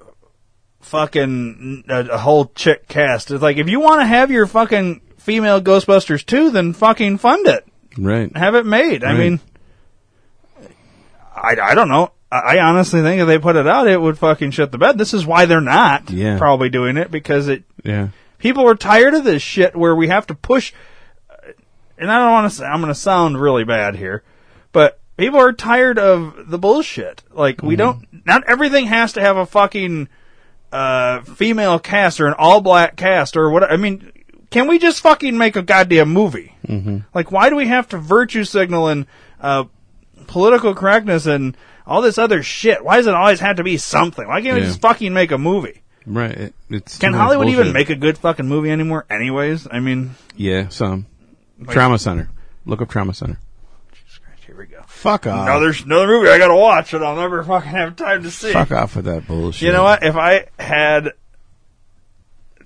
Speaker 1: fucking a, a whole chick cast. It's like if you want to have your fucking female Ghostbusters too, then fucking fund it,
Speaker 2: Right.
Speaker 1: have it made. I
Speaker 2: Right.
Speaker 1: mean, I, I don't know. I I honestly think if they put it out, it would fucking shut the bed. This is why they're not
Speaker 2: Yeah.
Speaker 1: probably doing it because it
Speaker 2: Yeah.
Speaker 1: People are tired of this shit where we have to push. And I don't want to say, I'm going to sound really bad here, but people are tired of the bullshit. Like,
Speaker 2: Mm-hmm.
Speaker 1: we don't, not everything has to have a fucking, uh, female cast or an all black cast or what. I mean, can we just fucking make a goddamn movie?
Speaker 2: Mm-hmm.
Speaker 1: Like, why do we have to virtue signal and, uh, political correctness and all this other shit? Why does it always have to be something? Why can't we
Speaker 2: Yeah.
Speaker 1: just fucking make a movie?
Speaker 2: Right. It, it's
Speaker 1: Can Hollywood even make a good fucking movie anymore? Anyways, I mean,
Speaker 2: Yeah. Some
Speaker 1: Like-
Speaker 2: trauma center. Look up trauma center.
Speaker 1: here we go.
Speaker 2: Fuck off.
Speaker 1: Now there's another movie I gotta watch that I'll never fucking have time to see.
Speaker 2: Fuck off with that bullshit.
Speaker 1: You know what? If I had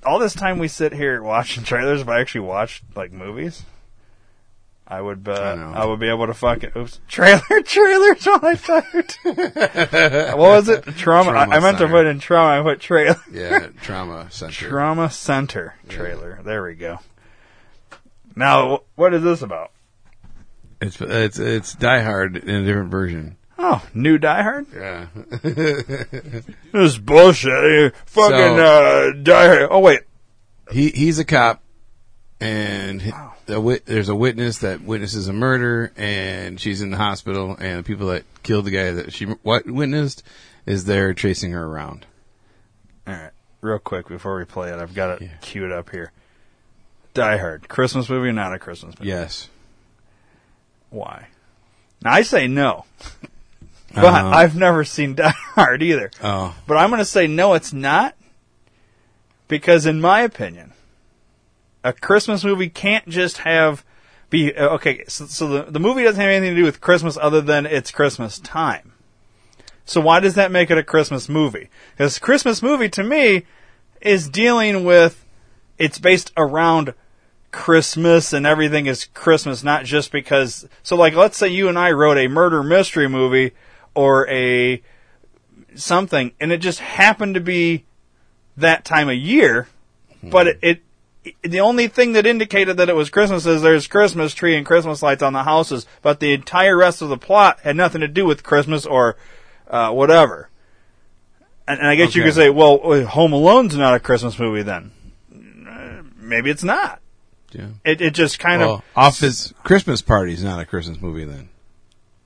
Speaker 1: all this time we sit here watching trailers, if I actually watched like movies, I would. Uh, I, would be able to fucking oops trailer trailers when I typed. what was it? Trauma. I, I meant to
Speaker 2: Trauma
Speaker 1: put in trauma. I put trailer.
Speaker 2: Yeah, trauma center.
Speaker 1: Trauma center trailer. There we go. Now, wh- what is this about?
Speaker 2: It's it's it's Die Hard in a different version.
Speaker 1: Oh, new Die Hard?
Speaker 2: Yeah.
Speaker 1: This is bullshit. Fucking uh, Die Hard. Oh wait,
Speaker 2: He he's a cop, and he- the wit, there's a witness that witnesses a murder, and she's in the hospital, and the people that killed the guy that she what witnessed is there chasing her around.
Speaker 1: All right, real quick before we play it, I've got it queued up here. Die Hard, Christmas movie, or not a Christmas movie.
Speaker 2: Yes.
Speaker 1: Why? Now, I say no, but
Speaker 2: Uh-huh.
Speaker 1: I've never seen Die Hard either.
Speaker 2: Oh.
Speaker 1: But I'm going to say no, it's not, because in my opinion, a Christmas movie can't just have be uh, okay. So, so the the movie doesn't have anything to do with Christmas other than it's Christmas time. So why does that make it a Christmas movie? Because Christmas movie to me is dealing with it's based around Christmas and everything is Christmas, not just because. So like, let's say you and I wrote a murder mystery movie or a something, and it just happened to be that time of year, but it. it the only thing that indicated that it was Christmas is there's Christmas tree and Christmas lights on the houses, but the entire rest of the plot had nothing to do with Christmas or uh, whatever. And, and I guess you
Speaker 2: Okay.
Speaker 1: could say, well, uh, Home Alone's not a Christmas movie then. Uh, Maybe it's not.
Speaker 2: Yeah.
Speaker 1: It it just kind
Speaker 2: Well, Office Christmas Party's not a Christmas movie then,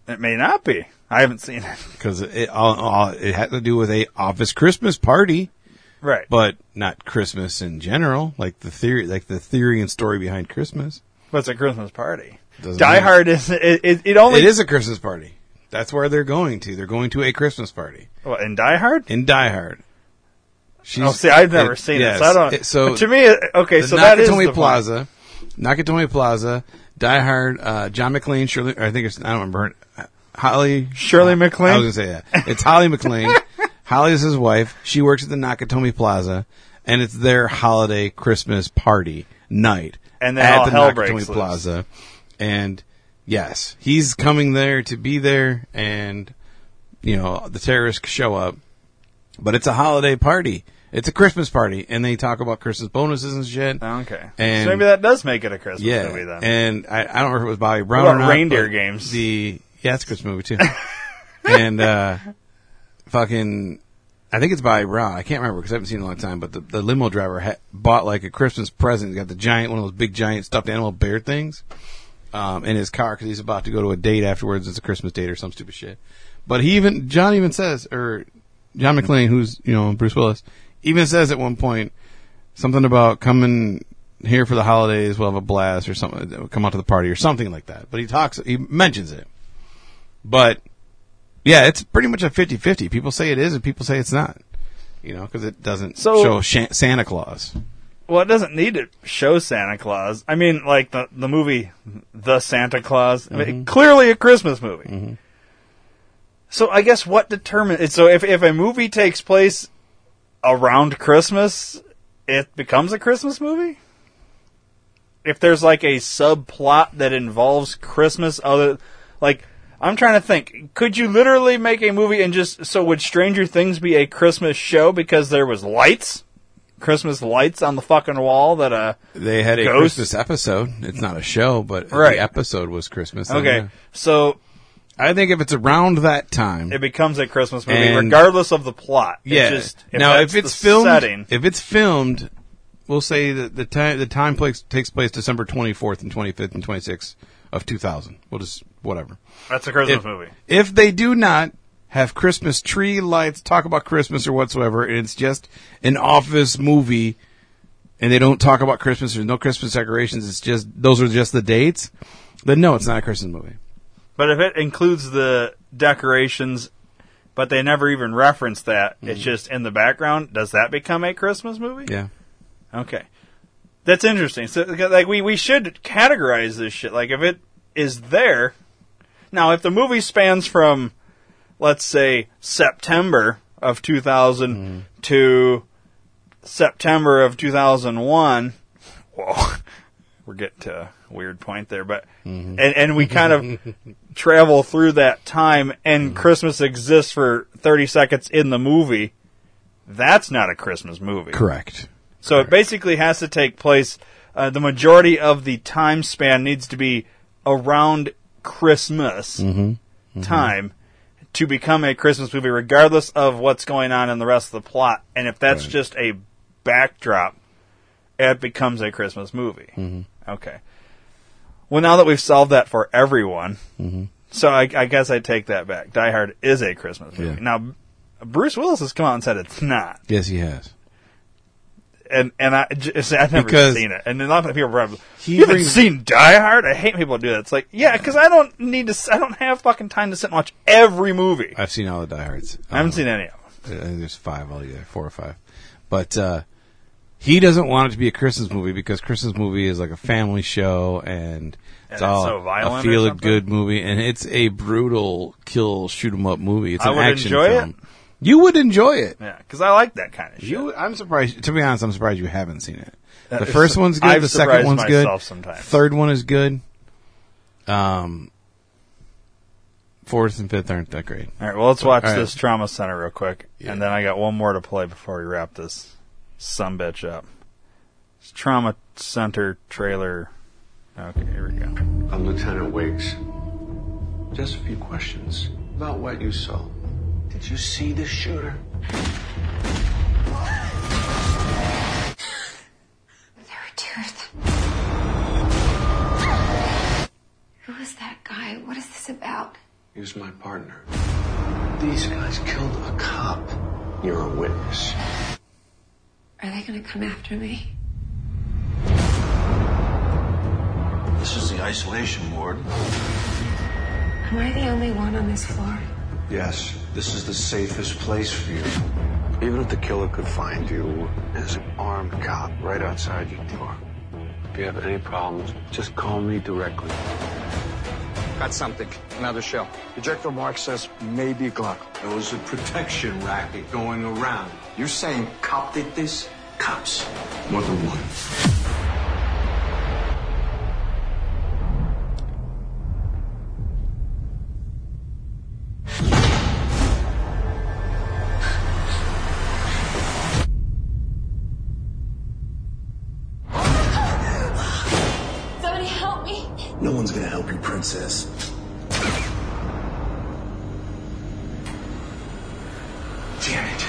Speaker 1: of it may not be. I haven't seen it.
Speaker 2: because it all, all it had to do with a office Christmas party.
Speaker 1: Right.
Speaker 2: But not Christmas in general, like the theory, like the theory and story behind Christmas.
Speaker 1: But it's a Christmas party.
Speaker 2: Doesn't
Speaker 1: Die
Speaker 2: matter.
Speaker 1: Hard is it, it, it only
Speaker 2: It is a Christmas party. That's where they're going to. They're going to a Christmas party.
Speaker 1: What, in Die Hard?
Speaker 2: In Die Hard. She's,
Speaker 1: Oh, see, I've never seen it, so I don't-
Speaker 2: so
Speaker 1: to me, it- okay,
Speaker 2: the
Speaker 1: so that is
Speaker 2: Nakatomi
Speaker 1: the point.
Speaker 2: Plaza. Nakatomi Plaza. Die Hard, uh, John McClane, Shirley, or I think it's, I don't remember. her- Holly.
Speaker 1: Shirley
Speaker 2: uh,
Speaker 1: MacLaine?
Speaker 2: I was going to say that. It's Holly McLean. Holly is his wife. She works at the Nakatomi Plaza, and it's their holiday Christmas party night.
Speaker 1: And then
Speaker 2: at
Speaker 1: all
Speaker 2: the
Speaker 1: hell
Speaker 2: Nakatomi
Speaker 1: breaks loose.
Speaker 2: Plaza. And yes, he's coming there to be there, and, you know, the terrorists show up. But it's a holiday party. It's a Christmas party, and they talk about Christmas bonuses and shit.
Speaker 1: Okay.
Speaker 2: And
Speaker 1: so maybe that does make it a Christmas
Speaker 2: yeah,
Speaker 1: movie then.
Speaker 2: And I, I don't remember if it was Bobby Brown
Speaker 1: What about
Speaker 2: or not,
Speaker 1: Reindeer
Speaker 2: but
Speaker 1: Games?
Speaker 2: The yeah, it's a Christmas movie too. and uh, fucking, I think it's Bobby Brown. I can't remember because I haven't seen it in a long time. But the, the limo driver ha- bought like a Christmas present. He got the giant one of those big giant stuffed animal bear things um, in his car because he's about to go to a date afterwards. It's a Christmas date or some stupid shit. But he even John even says or John McClane, who's you know Bruce Willis, even says at one point something about coming here for the holidays. We'll have a blast or something. Come out to the party or something like that. But he talks, he mentions it. But yeah, it's pretty much a 50-50. People say it is, and people say it's not. You know, because it doesn't
Speaker 1: So-
Speaker 2: show shan- Santa Claus.
Speaker 1: Well, it doesn't need to show Santa Claus. I mean, like the the movie The Santa Claus, I mean,
Speaker 2: Mhm.
Speaker 1: clearly a Christmas movie. So I guess what determines so if if a movie takes place around Christmas, it becomes a Christmas movie? If there's like a subplot that involves Christmas other like I'm trying to think. Could you literally make a movie and just so would Stranger Things be a Christmas show because there was lights? Christmas lights on the fucking wall that uh
Speaker 2: They had a
Speaker 1: Ghost?
Speaker 2: Christmas episode. It's not a show, but
Speaker 1: Right.
Speaker 2: the episode was Christmas.
Speaker 1: Okay.
Speaker 2: Yeah.
Speaker 1: So
Speaker 2: I think if it's around that time,
Speaker 1: it becomes a Christmas movie
Speaker 2: And-
Speaker 1: regardless of the plot. It
Speaker 2: yeah.
Speaker 1: just if
Speaker 2: now,
Speaker 1: that's
Speaker 2: if it's
Speaker 1: the
Speaker 2: filmed,
Speaker 1: setting,
Speaker 2: if it's filmed, we'll say that the time the time place takes place December 24th and 25th and 26th of 2000. We'll just whatever.
Speaker 1: That's a Christmas
Speaker 2: if,
Speaker 1: movie.
Speaker 2: If they do not have Christmas tree lights, talk about Christmas or whatsoever, and it's just an office movie, and they don't talk about Christmas. There's no Christmas decorations. It's just those are just the dates. Then no, it's not a Christmas movie.
Speaker 1: But if it includes the decorations, but they never even reference that,
Speaker 2: Mm-hmm.
Speaker 1: it's just in the background. Does that become a Christmas movie?
Speaker 2: Yeah.
Speaker 1: Okay, that's interesting. So, like, we we should categorize this shit. Like, if it is there, now if the movie spans from, let's say September of two thousand to September of two thousand one. Whoa, we're getting to a weird point there, but and and we kind of travel through that time and Christmas exists for 30 seconds in the movie, that's not a Christmas movie.
Speaker 2: Correct.
Speaker 1: So it basically has to take place. Uh, the majority of the time span needs to be around Christmas
Speaker 2: Mhm.
Speaker 1: time to become a Christmas movie, regardless of what's going on in the rest of the plot. And if that's just a backdrop, it becomes a Christmas movie.
Speaker 2: Mhm.
Speaker 1: Okay. Well, now that we've solved that for everyone, so I, I guess I take that back. Die Hard is a Christmas movie.
Speaker 2: Yeah.
Speaker 1: Now, Bruce Willis has come out and said it's not,
Speaker 2: Yes, he has.
Speaker 1: and and I just, I've never
Speaker 2: Because-
Speaker 1: seen it. And a lot of people probably
Speaker 2: He
Speaker 1: you haven't
Speaker 2: brings-
Speaker 1: seen Die Hard. I hate people who do that. It's like yeah, because I don't need to. s- I don't have fucking time to sit and watch every movie.
Speaker 2: I've seen all the diehards.
Speaker 1: I haven't seen any of them.
Speaker 2: I think there's five altogether, four or five. But uh, he doesn't want it to be a Christmas movie because Christmas movie is like a family show and it's
Speaker 1: it's
Speaker 2: all
Speaker 1: so
Speaker 2: a
Speaker 1: violent or
Speaker 2: feel
Speaker 1: something?
Speaker 2: good movie and it's a brutal kill shoot 'em up movie. It's
Speaker 1: I
Speaker 2: an
Speaker 1: would
Speaker 2: action
Speaker 1: enjoy
Speaker 2: film. You would enjoy it.
Speaker 1: Yeah, because I like that kind of shit.
Speaker 2: You, I'm surprised. To be honest, I'm surprised you haven't seen it.
Speaker 1: That
Speaker 2: The
Speaker 1: is-
Speaker 2: first one's good.
Speaker 1: I've
Speaker 2: the second
Speaker 1: surprised
Speaker 2: one's good.
Speaker 1: myself sometimes.
Speaker 2: Third one is good. Um, fourth and fifth aren't that great.
Speaker 1: All right, well, let's watch
Speaker 2: All right.
Speaker 1: this trauma center real quick, and then I got one more to play before we wrap this some bitch up. It's trauma center trailer. Okay, here we go.
Speaker 18: I'm Lieutenant Wiggs. Just a few questions about what you saw. Did you see the shooter?
Speaker 19: Who is that guy? What is this about?
Speaker 18: He was my partner. These guys killed a cop. You're a witness.
Speaker 19: Are they gonna come after me?
Speaker 20: This is the isolation ward.
Speaker 19: Am I the only one on this floor?
Speaker 18: Yes, this is the safest place for you. Even if the killer could find you, there's an armed cop right outside your door. If you have any problems, just call me directly.
Speaker 4: Got something. Another shell. Ejector mark says maybe Glock.
Speaker 18: There was a protection racket going around.
Speaker 4: You're saying cop did this?
Speaker 18: Cops. More than one.
Speaker 21: Somebody help me!
Speaker 22: No one's gonna help you, Princess. Damn it.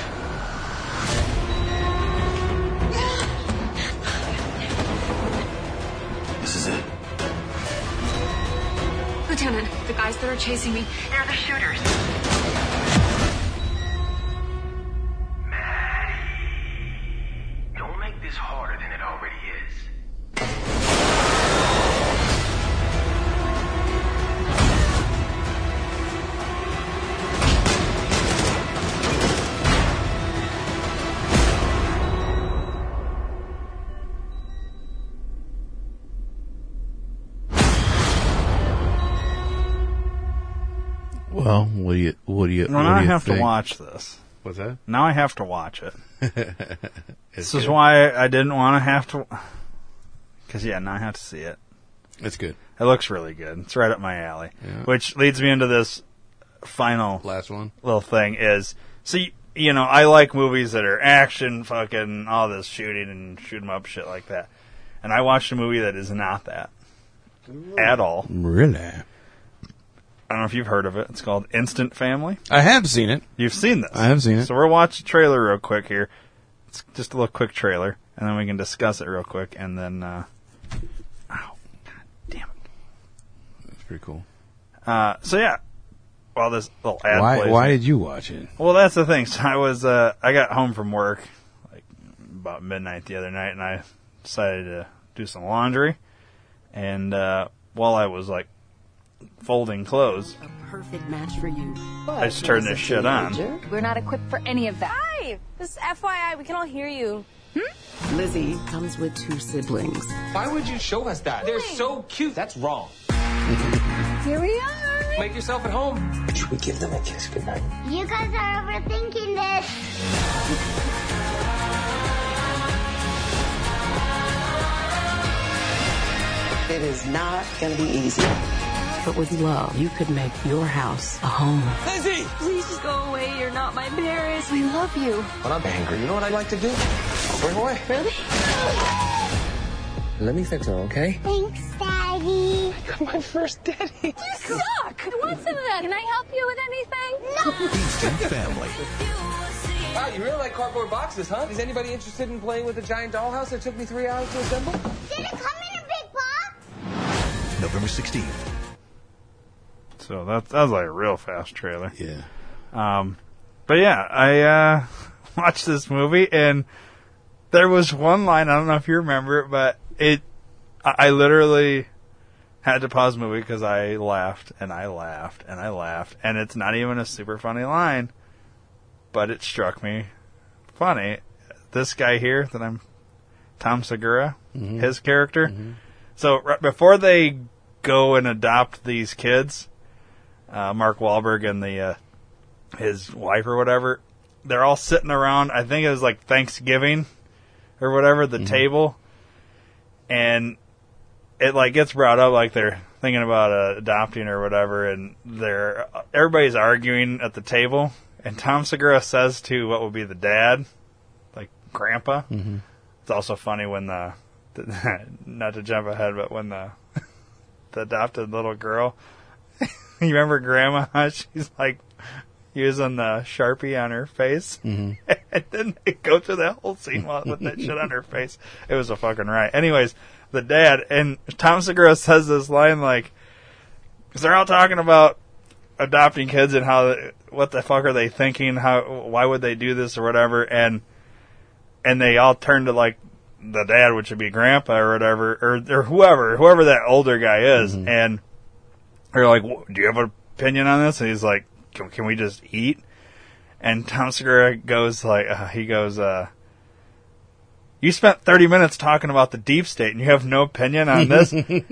Speaker 22: This is it.
Speaker 21: Lieutenant, the guys that are chasing me, they're the shooters.
Speaker 23: Don't make this harder than it already is.
Speaker 2: Well, what do you what do you?
Speaker 1: Well,
Speaker 2: what
Speaker 1: now
Speaker 2: do
Speaker 1: I
Speaker 2: you
Speaker 1: have to
Speaker 2: think?
Speaker 1: watch this.
Speaker 2: What's that?
Speaker 1: Now I have to watch it. this is
Speaker 2: good.
Speaker 1: why I didn't want to have to. Because yeah, now I have to see it.
Speaker 2: It's good.
Speaker 1: It looks really good. It's right up my alley.
Speaker 2: Yeah.
Speaker 1: Which leads me into this final
Speaker 2: last one
Speaker 1: little thing is see you know I like movies that are action fucking all this shooting and shoot 'em up shit like that, and I watched a movie that is not that at all.
Speaker 2: Really?
Speaker 1: I don't know if you've heard of it. It's called Instant Family.
Speaker 2: I have seen it.
Speaker 1: You've seen this.
Speaker 2: I have seen it.
Speaker 1: So we'll watch the trailer real quick here. It's just a little quick trailer, and then we can discuss it real quick, and then uh,
Speaker 2: It's pretty cool.
Speaker 1: uh, so yeah. While this little ad
Speaker 2: Why
Speaker 1: plays,
Speaker 2: Why did you watch it?
Speaker 1: Well, that's the thing. So I was uh, I got home from work like about midnight the other night, and I decided to do some laundry. And uh, while I was like folding clothes,
Speaker 24: perfect match for you.
Speaker 1: I just turned this shit on.
Speaker 24: We're not equipped for any of that.
Speaker 5: Hi! This is FYI, we can all hear you.
Speaker 24: Lizzie comes with two siblings.
Speaker 3: Why would you show us that? They're so cute. That's wrong.
Speaker 5: Here we are!
Speaker 3: Make yourself at home.
Speaker 2: Should we give them a kiss goodnight?
Speaker 25: You guys are overthinking this.
Speaker 24: It is not going to be easy. But with love, you could make your house a home.
Speaker 5: Lizzie! Please just go away, you're not my parents. We love you.
Speaker 3: When I'm angry, you know what I like to do? I'll run away.
Speaker 5: Really?
Speaker 3: Let me fix her, okay?
Speaker 25: Thanks, Daddy.
Speaker 3: My first daddy.
Speaker 5: You suck! I want some of that. Can I help you with anything?
Speaker 3: family. Wow, you really like cardboard boxes, huh? Is anybody interested in playing with a giant dollhouse that took me three hours to assemble?
Speaker 25: Did it come in a big box?
Speaker 26: November 16th.
Speaker 1: So that that was like a real fast trailer.
Speaker 2: Yeah.
Speaker 1: Um, but yeah, I uh, watched this movie and there was one line I don't know if you remember it, but it I, I literally had to pause the movie because I laughed and I laughed and I laughed and it's not even a super funny line, but it struck me funny. This guy here that I'm Tom Segura, his character. So right before they go and adopt these kids, uh, Mark Wahlberg and the uh, his wife or whatever, they're all sitting around. I think it was like Thanksgiving or whatever the table, and it like gets brought up like they're thinking about uh, adopting or whatever, and they're everybody's arguing at the table, and Tom Segura says to what would be the dad, like Grandpa.
Speaker 2: Mhm.
Speaker 1: It's also funny when the, the not to jump ahead, but when the the adopted little girl, you remember Grandma? She's like using the sharpie on her face,
Speaker 2: Mhm.
Speaker 1: and then they go through that whole scene while- with that shit on her face. It was a fucking riot. Anyways, the dad and Tom Segura says this line like, because they're all talking about adopting kids and how what the fuck are they thinking? How why would they do this or whatever? And and they all turn to like the dad, which would be grandpa or whatever, or or whoever, whoever that older guy is, and they're like, "Wh- "Do you have an opinion on this?" And he's like, "Can, can we just eat?" And Tom Segura goes like, uh, he goes, uh, You spent 30 minutes talking about the deep state and you have no opinion on this? and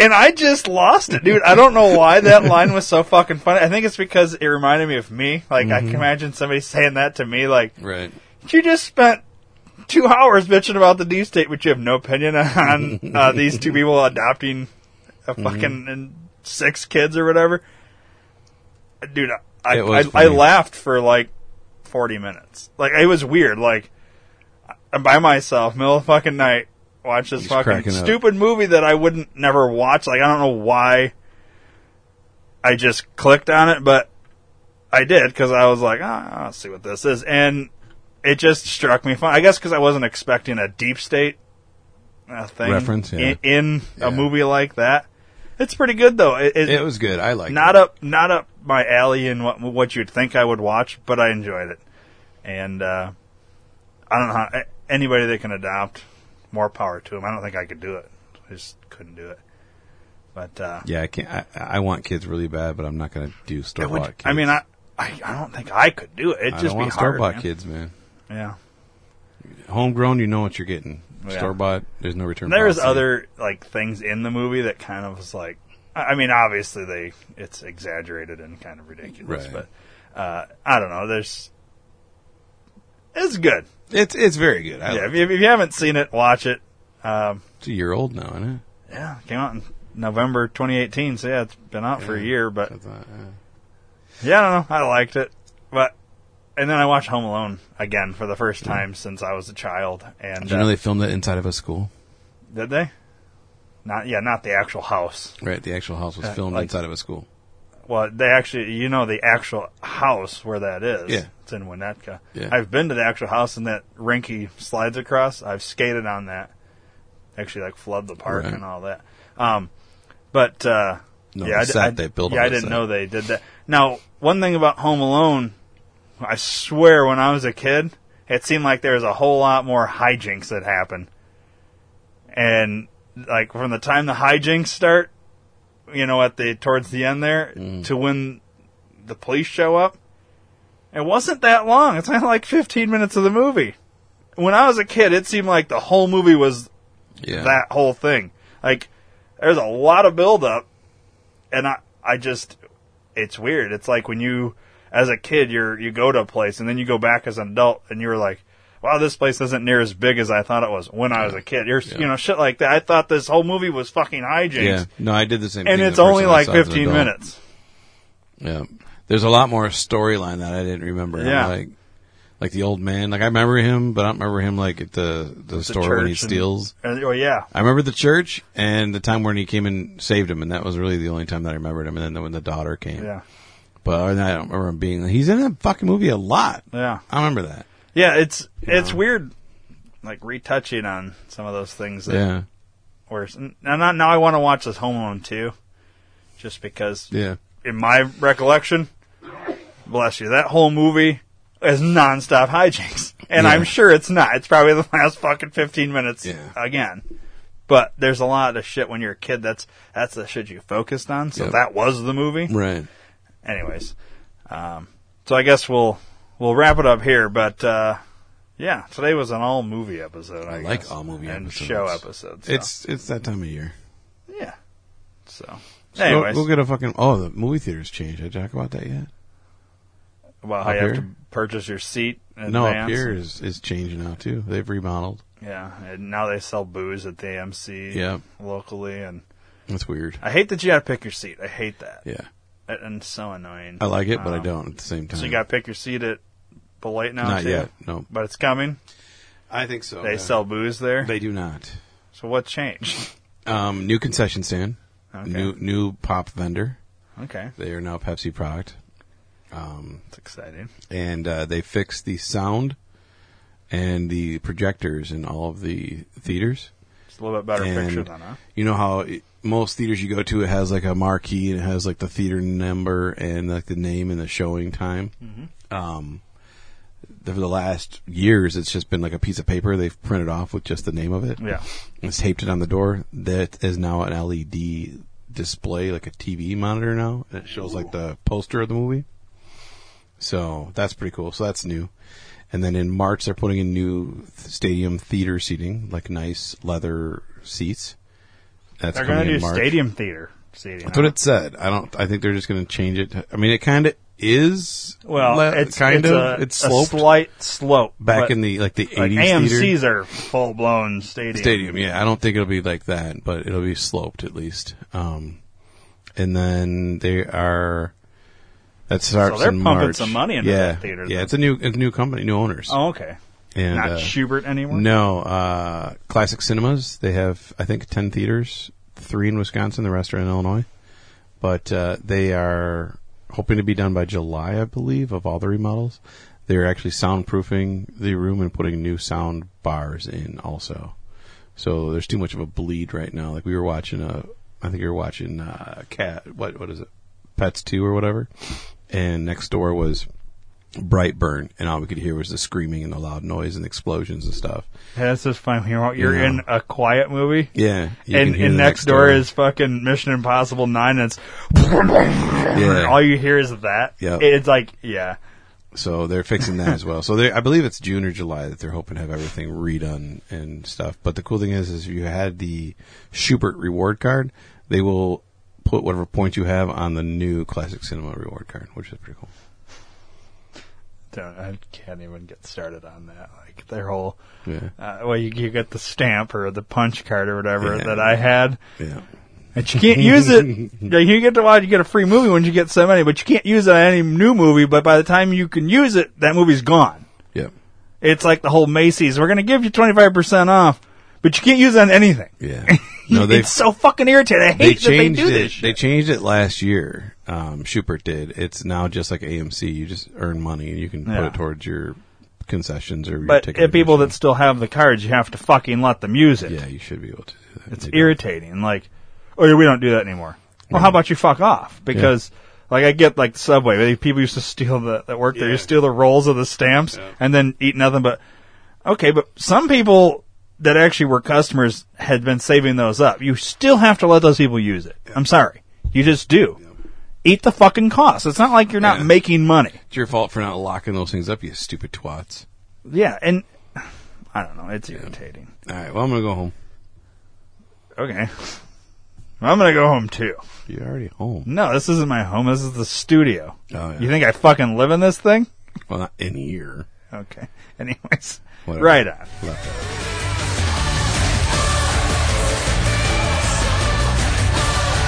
Speaker 1: I just lost it, dude. I don't know why that line was so fucking funny. I think it's because it reminded me of me. Like, I can
Speaker 2: Mhm.
Speaker 1: imagine somebody saying that to me, like,
Speaker 2: Right.
Speaker 1: you just spent two hours bitching about the deep state, but you have no opinion on uh, these two people adopting a
Speaker 2: Mhm.
Speaker 1: fucking and six kids or whatever. Dude, I
Speaker 2: It was
Speaker 1: I, I
Speaker 2: funny.
Speaker 1: laughed for like forty minutes. Like it was weird. Like I'm by myself, middle of the fucking night, watch this
Speaker 2: Just
Speaker 1: fucking
Speaker 2: cracking up.
Speaker 1: stupid movie that I wouldn't never watch. Like I don't know why I just clicked on it, but I did because I was like, ah, I'll see what this is, and it just struck me fun. I guess because I wasn't expecting a deep state uh, thing
Speaker 2: Reference, yeah.
Speaker 1: in, in a movie like that. It's pretty good though. It, it,
Speaker 2: It was good. I liked
Speaker 1: not up not up my alley and what what you'd think I would watch, but I enjoyed it. And uh, I don't know how a- anybody that can adopt more power to them. I don't think I could do it. I just couldn't do it. But uh,
Speaker 2: Yeah, I can't. I, I want kids really bad, but I'm not going to do store
Speaker 1: it would-
Speaker 2: bought kids.
Speaker 1: I mean, I, I I don't think I could do it. It'd
Speaker 2: I
Speaker 1: just
Speaker 2: don't
Speaker 1: be
Speaker 2: want
Speaker 1: hard.
Speaker 2: store-bought
Speaker 1: man.
Speaker 2: kids, man.
Speaker 1: Yeah.
Speaker 2: Homegrown, you know what you're getting.
Speaker 1: Yeah.
Speaker 2: Store bought, there's no return.
Speaker 1: There's
Speaker 2: policy.
Speaker 1: other like things in the movie that kind of was like, I I mean, obviously they it's exaggerated and kind of ridiculous,
Speaker 2: Right.
Speaker 1: but uh, I don't know. There's it's good.
Speaker 2: It's it's very good. I
Speaker 1: yeah,
Speaker 2: like
Speaker 1: if you, if you haven't seen it, watch it. Um,
Speaker 2: It's a year old now, isn't it?
Speaker 1: yeah, it came out in November 2018, so yeah, it's been out for a year, but yeah, I don't know. I liked it, but and then I watched Home Alone again for the first time since I was a child, and
Speaker 2: Did you
Speaker 1: uh,
Speaker 2: know they filmed it inside of a school?
Speaker 1: did they? Not yeah, not the actual house.
Speaker 2: Right, the actual house was
Speaker 1: Uh,
Speaker 2: filmed
Speaker 1: like-
Speaker 2: inside of a school.
Speaker 1: Well, they actually, you know, the actual house where that is.
Speaker 2: Yeah.
Speaker 1: It's in Winnetka.
Speaker 2: Yeah.
Speaker 1: I've been to the actual house and that rinky slides across. I've skated on that. Actually, like flood the park
Speaker 2: Right.
Speaker 1: and all that. Um, but uh,
Speaker 2: No,
Speaker 1: yeah, I
Speaker 2: the
Speaker 1: d-
Speaker 2: set
Speaker 1: I,
Speaker 2: they built
Speaker 1: Yeah,
Speaker 2: on
Speaker 1: I
Speaker 2: the
Speaker 1: didn't
Speaker 2: set.
Speaker 1: know they did that. Now, one thing about Home Alone, I swear, when I was a kid, it seemed like there was a whole lot more hijinks that happened, and like from the time the hijinks start, you know, at the towards the end there,
Speaker 2: Mm.
Speaker 1: to when the police show up, it wasn't that long. It's not like 15 minutes of the movie. When I was a kid, it seemed like the whole movie was
Speaker 2: Yeah.
Speaker 1: that whole thing. Like there's a lot of build up and I I just it's weird. It's like when you as a kid you're you go to a place and then you go back as an adult and you're like, Wow, this place isn't near as big as I thought it was when I was a kid. You're you know, shit like that. I thought this whole movie was fucking hijinks.
Speaker 2: Yeah. No, I did the same
Speaker 1: And
Speaker 2: thing
Speaker 1: it's
Speaker 2: the first
Speaker 1: only
Speaker 2: time I
Speaker 1: like
Speaker 2: saw it as an
Speaker 1: 15
Speaker 2: adult.
Speaker 1: minutes.
Speaker 2: Yeah. There's a lot more storyline that I didn't remember.
Speaker 1: Yeah.
Speaker 2: Like, like the old man. Like I remember him, but I don't remember him like at the the store when he
Speaker 1: church and-
Speaker 2: steals.
Speaker 1: and- oh, yeah.
Speaker 2: I remember the church and the time when he came and saved him, and that was really the only time that I remembered him. And then when the daughter came.
Speaker 1: Yeah.
Speaker 2: But other than that, I don't remember him being. He's in that fucking movie a lot.
Speaker 1: Yeah.
Speaker 2: I remember that.
Speaker 1: Yeah, it's
Speaker 2: You
Speaker 1: it's
Speaker 2: know?
Speaker 1: weird, like retouching on some of those things. That
Speaker 2: Yeah.
Speaker 1: Were, now, now- now I want to watch this Home Alone too, just because.
Speaker 2: Yeah.
Speaker 1: In my recollection, bless you, that whole movie is nonstop hijinks, and
Speaker 2: Yeah.
Speaker 1: I'm sure it's not. It's probably the last fucking 15 minutes again. But there's a lot of shit when you're a kid. That's that's the shit you focused on. So
Speaker 2: Yep.
Speaker 1: that was the movie,
Speaker 2: Right.
Speaker 1: Anyways, um, so I guess we'll we'll wrap it up here. But uh, yeah, today was an all movie episode. I,
Speaker 2: I like
Speaker 1: guess,
Speaker 2: all movie
Speaker 1: and
Speaker 2: episodes.
Speaker 1: show episodes. so.
Speaker 2: It's it's that time of year.
Speaker 1: yeah. So,
Speaker 2: So
Speaker 1: anyways,
Speaker 2: we'll get a fucking. Oh, the movie theaters changed. Did I talk about that yet?
Speaker 1: about how
Speaker 2: up
Speaker 1: you have
Speaker 2: here?
Speaker 1: to purchase your seat. In
Speaker 2: no, up
Speaker 1: advance.
Speaker 2: here is is changing now too. They've remodeled.
Speaker 1: Yeah, and now they sell booze at the AMC.
Speaker 2: Yeah.
Speaker 1: locally, and
Speaker 2: That's weird.
Speaker 1: I hate that you got to pick your seat. I hate that.
Speaker 2: Yeah.
Speaker 1: That- and it's so annoying.
Speaker 2: I like it, but I
Speaker 1: Um,
Speaker 2: don't at the same time.
Speaker 1: So you got to pick your seat at Belate now.
Speaker 2: Not
Speaker 1: too?
Speaker 2: yet, no.
Speaker 1: but it's coming.
Speaker 2: I think so.
Speaker 1: They
Speaker 2: yeah.
Speaker 1: sell booze there.
Speaker 2: They do not.
Speaker 1: So what changed?
Speaker 2: Um, new concession stand.
Speaker 1: Okay.
Speaker 2: New new pop vendor.
Speaker 1: Okay.
Speaker 2: They are now Pepsi product. Um,
Speaker 1: It's exciting.
Speaker 2: and uh, they fixed the sound and the projectors in all of the theaters.
Speaker 1: It's a little bit better
Speaker 2: And
Speaker 1: picture than huh?
Speaker 2: You know how it, most theaters you go to, it has like a marquee and it has like the theater number and like the name and the showing time.
Speaker 1: Mm-hmm.
Speaker 2: Um, the- for the last years, it's just been like a piece of paper they've printed off with just the name of it.
Speaker 1: Yeah.
Speaker 2: And it's taped it on the door. That is now an LED display, like a TV monitor now. And it shows like the poster of the movie. So that's pretty cool. So that's new. And then in March, they're putting in new stadium theater seating, like nice leather seats. That's
Speaker 1: they're
Speaker 2: coming
Speaker 1: gonna
Speaker 2: in
Speaker 1: do
Speaker 2: March.
Speaker 1: stadium theater seating.
Speaker 2: That's what it said. I don't. I think they're just going to change it. I mean, it kind of is.
Speaker 1: Well,
Speaker 2: le-
Speaker 1: it's
Speaker 2: kind
Speaker 1: it's
Speaker 2: of.
Speaker 1: a,
Speaker 2: it's
Speaker 1: a
Speaker 2: sloped
Speaker 1: slight slope
Speaker 2: back
Speaker 1: but
Speaker 2: in the like the eighties.
Speaker 1: AMC's are full blown stadium.
Speaker 2: stadium. Yeah, I don't think it'll be like that, but it'll be sloped at least. Um, and then they are. That starts
Speaker 1: they're
Speaker 2: in
Speaker 1: pumping
Speaker 2: March.
Speaker 1: some money into
Speaker 2: yeah.
Speaker 1: that theater,
Speaker 2: Yeah,
Speaker 1: then.
Speaker 2: it's a new it's a new company, new owners.
Speaker 1: Oh, okay.
Speaker 2: And,
Speaker 1: Not
Speaker 2: uh,
Speaker 1: Schubert anymore?
Speaker 2: No, uh, Classic Cinemas. They have I think ten theaters, three in Wisconsin, the rest are in Illinois. But uh, they are hoping to be done by July, I believe, of all the remodels. They're actually soundproofing the room and putting new sound bars in also. So there's too much of a bleed right now. Like we were watching a, I think you were watching uh, cat. What what is it? Pets two or whatever. And next door was Brightburn, and all we could hear was the screaming and the loud noise and explosions and stuff.
Speaker 1: Yeah, that's just fine. You're, you're
Speaker 2: Yeah.
Speaker 1: in a quiet movie.
Speaker 2: Yeah, you
Speaker 1: And,
Speaker 2: can hear
Speaker 1: and
Speaker 2: the
Speaker 1: next
Speaker 2: next
Speaker 1: door
Speaker 2: door.
Speaker 1: is fucking Mission Impossible 9. And it's. All you hear is that.
Speaker 2: Yep.
Speaker 1: It's like, yeah.
Speaker 2: So they're fixing that as well. So they, I believe it's June or July that they're hoping to have everything redone and stuff. But the cool thing is, is if you had the Schubert reward card, they will put whatever points you have on the new Classic Cinema reward card, which is pretty cool.
Speaker 1: Don't, I can't even get started on that. Like their whole,
Speaker 2: Yeah.
Speaker 1: uh, well, you, you get the stamp or the punch card or whatever
Speaker 2: Yeah.
Speaker 1: that I had.
Speaker 2: Yeah.
Speaker 1: And you can't use it. Like, you get to watch, you get a free movie when you get so many, but you can't use it on any new movie. But by the time you can use it, that movie's gone.
Speaker 2: Yeah.
Speaker 1: It's like the whole Macy's. We're going to give you 25% off, but you can't use it on anything.
Speaker 2: Yeah. No, they-
Speaker 1: it's so fucking irritating. I hate that they do
Speaker 2: it.
Speaker 1: this.
Speaker 2: They changed it last year. Um, Schubert did. It's now just like AMC. You just earn money and you can put
Speaker 1: Yeah.
Speaker 2: it towards your concessions or your
Speaker 1: But
Speaker 2: ticket.
Speaker 1: if people that still have the cards, you have to fucking let them use it. Yeah,
Speaker 2: you should be able to do that.
Speaker 1: It's
Speaker 2: They do.
Speaker 1: irritating. Like, oh, yeah, we don't do that anymore. Well, how about you fuck off? Because, like, I get, like, Subway. they- People used to steal the, that work there. You steal the rolls of the stamps and then eat nothing but. Okay, but some people that actually were customers had been saving those up. You still have to let those people use it. I'm sorry. You just do. Eat the fucking cost. It's not like you're not making money.
Speaker 2: It's your fault for not locking those things up, you stupid twats.
Speaker 1: Yeah, and I don't know. It's irritating.
Speaker 2: All right, well, I'm going to go home.
Speaker 1: Okay. I'm gonna go home too.
Speaker 2: You're already home.
Speaker 1: No, this isn't my home. This is the studio.
Speaker 2: Oh, yeah.
Speaker 1: You think I fucking live in this thing?
Speaker 2: Well, not in here.
Speaker 1: Okay. Anyways,
Speaker 2: Whatever.
Speaker 1: right on.
Speaker 2: Left eye.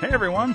Speaker 27: Hey everyone,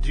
Speaker 27: Do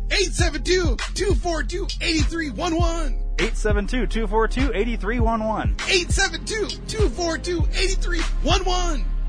Speaker 11: 872 242 8311.
Speaker 27: 872 242 8311.
Speaker 11: 872 242 8311.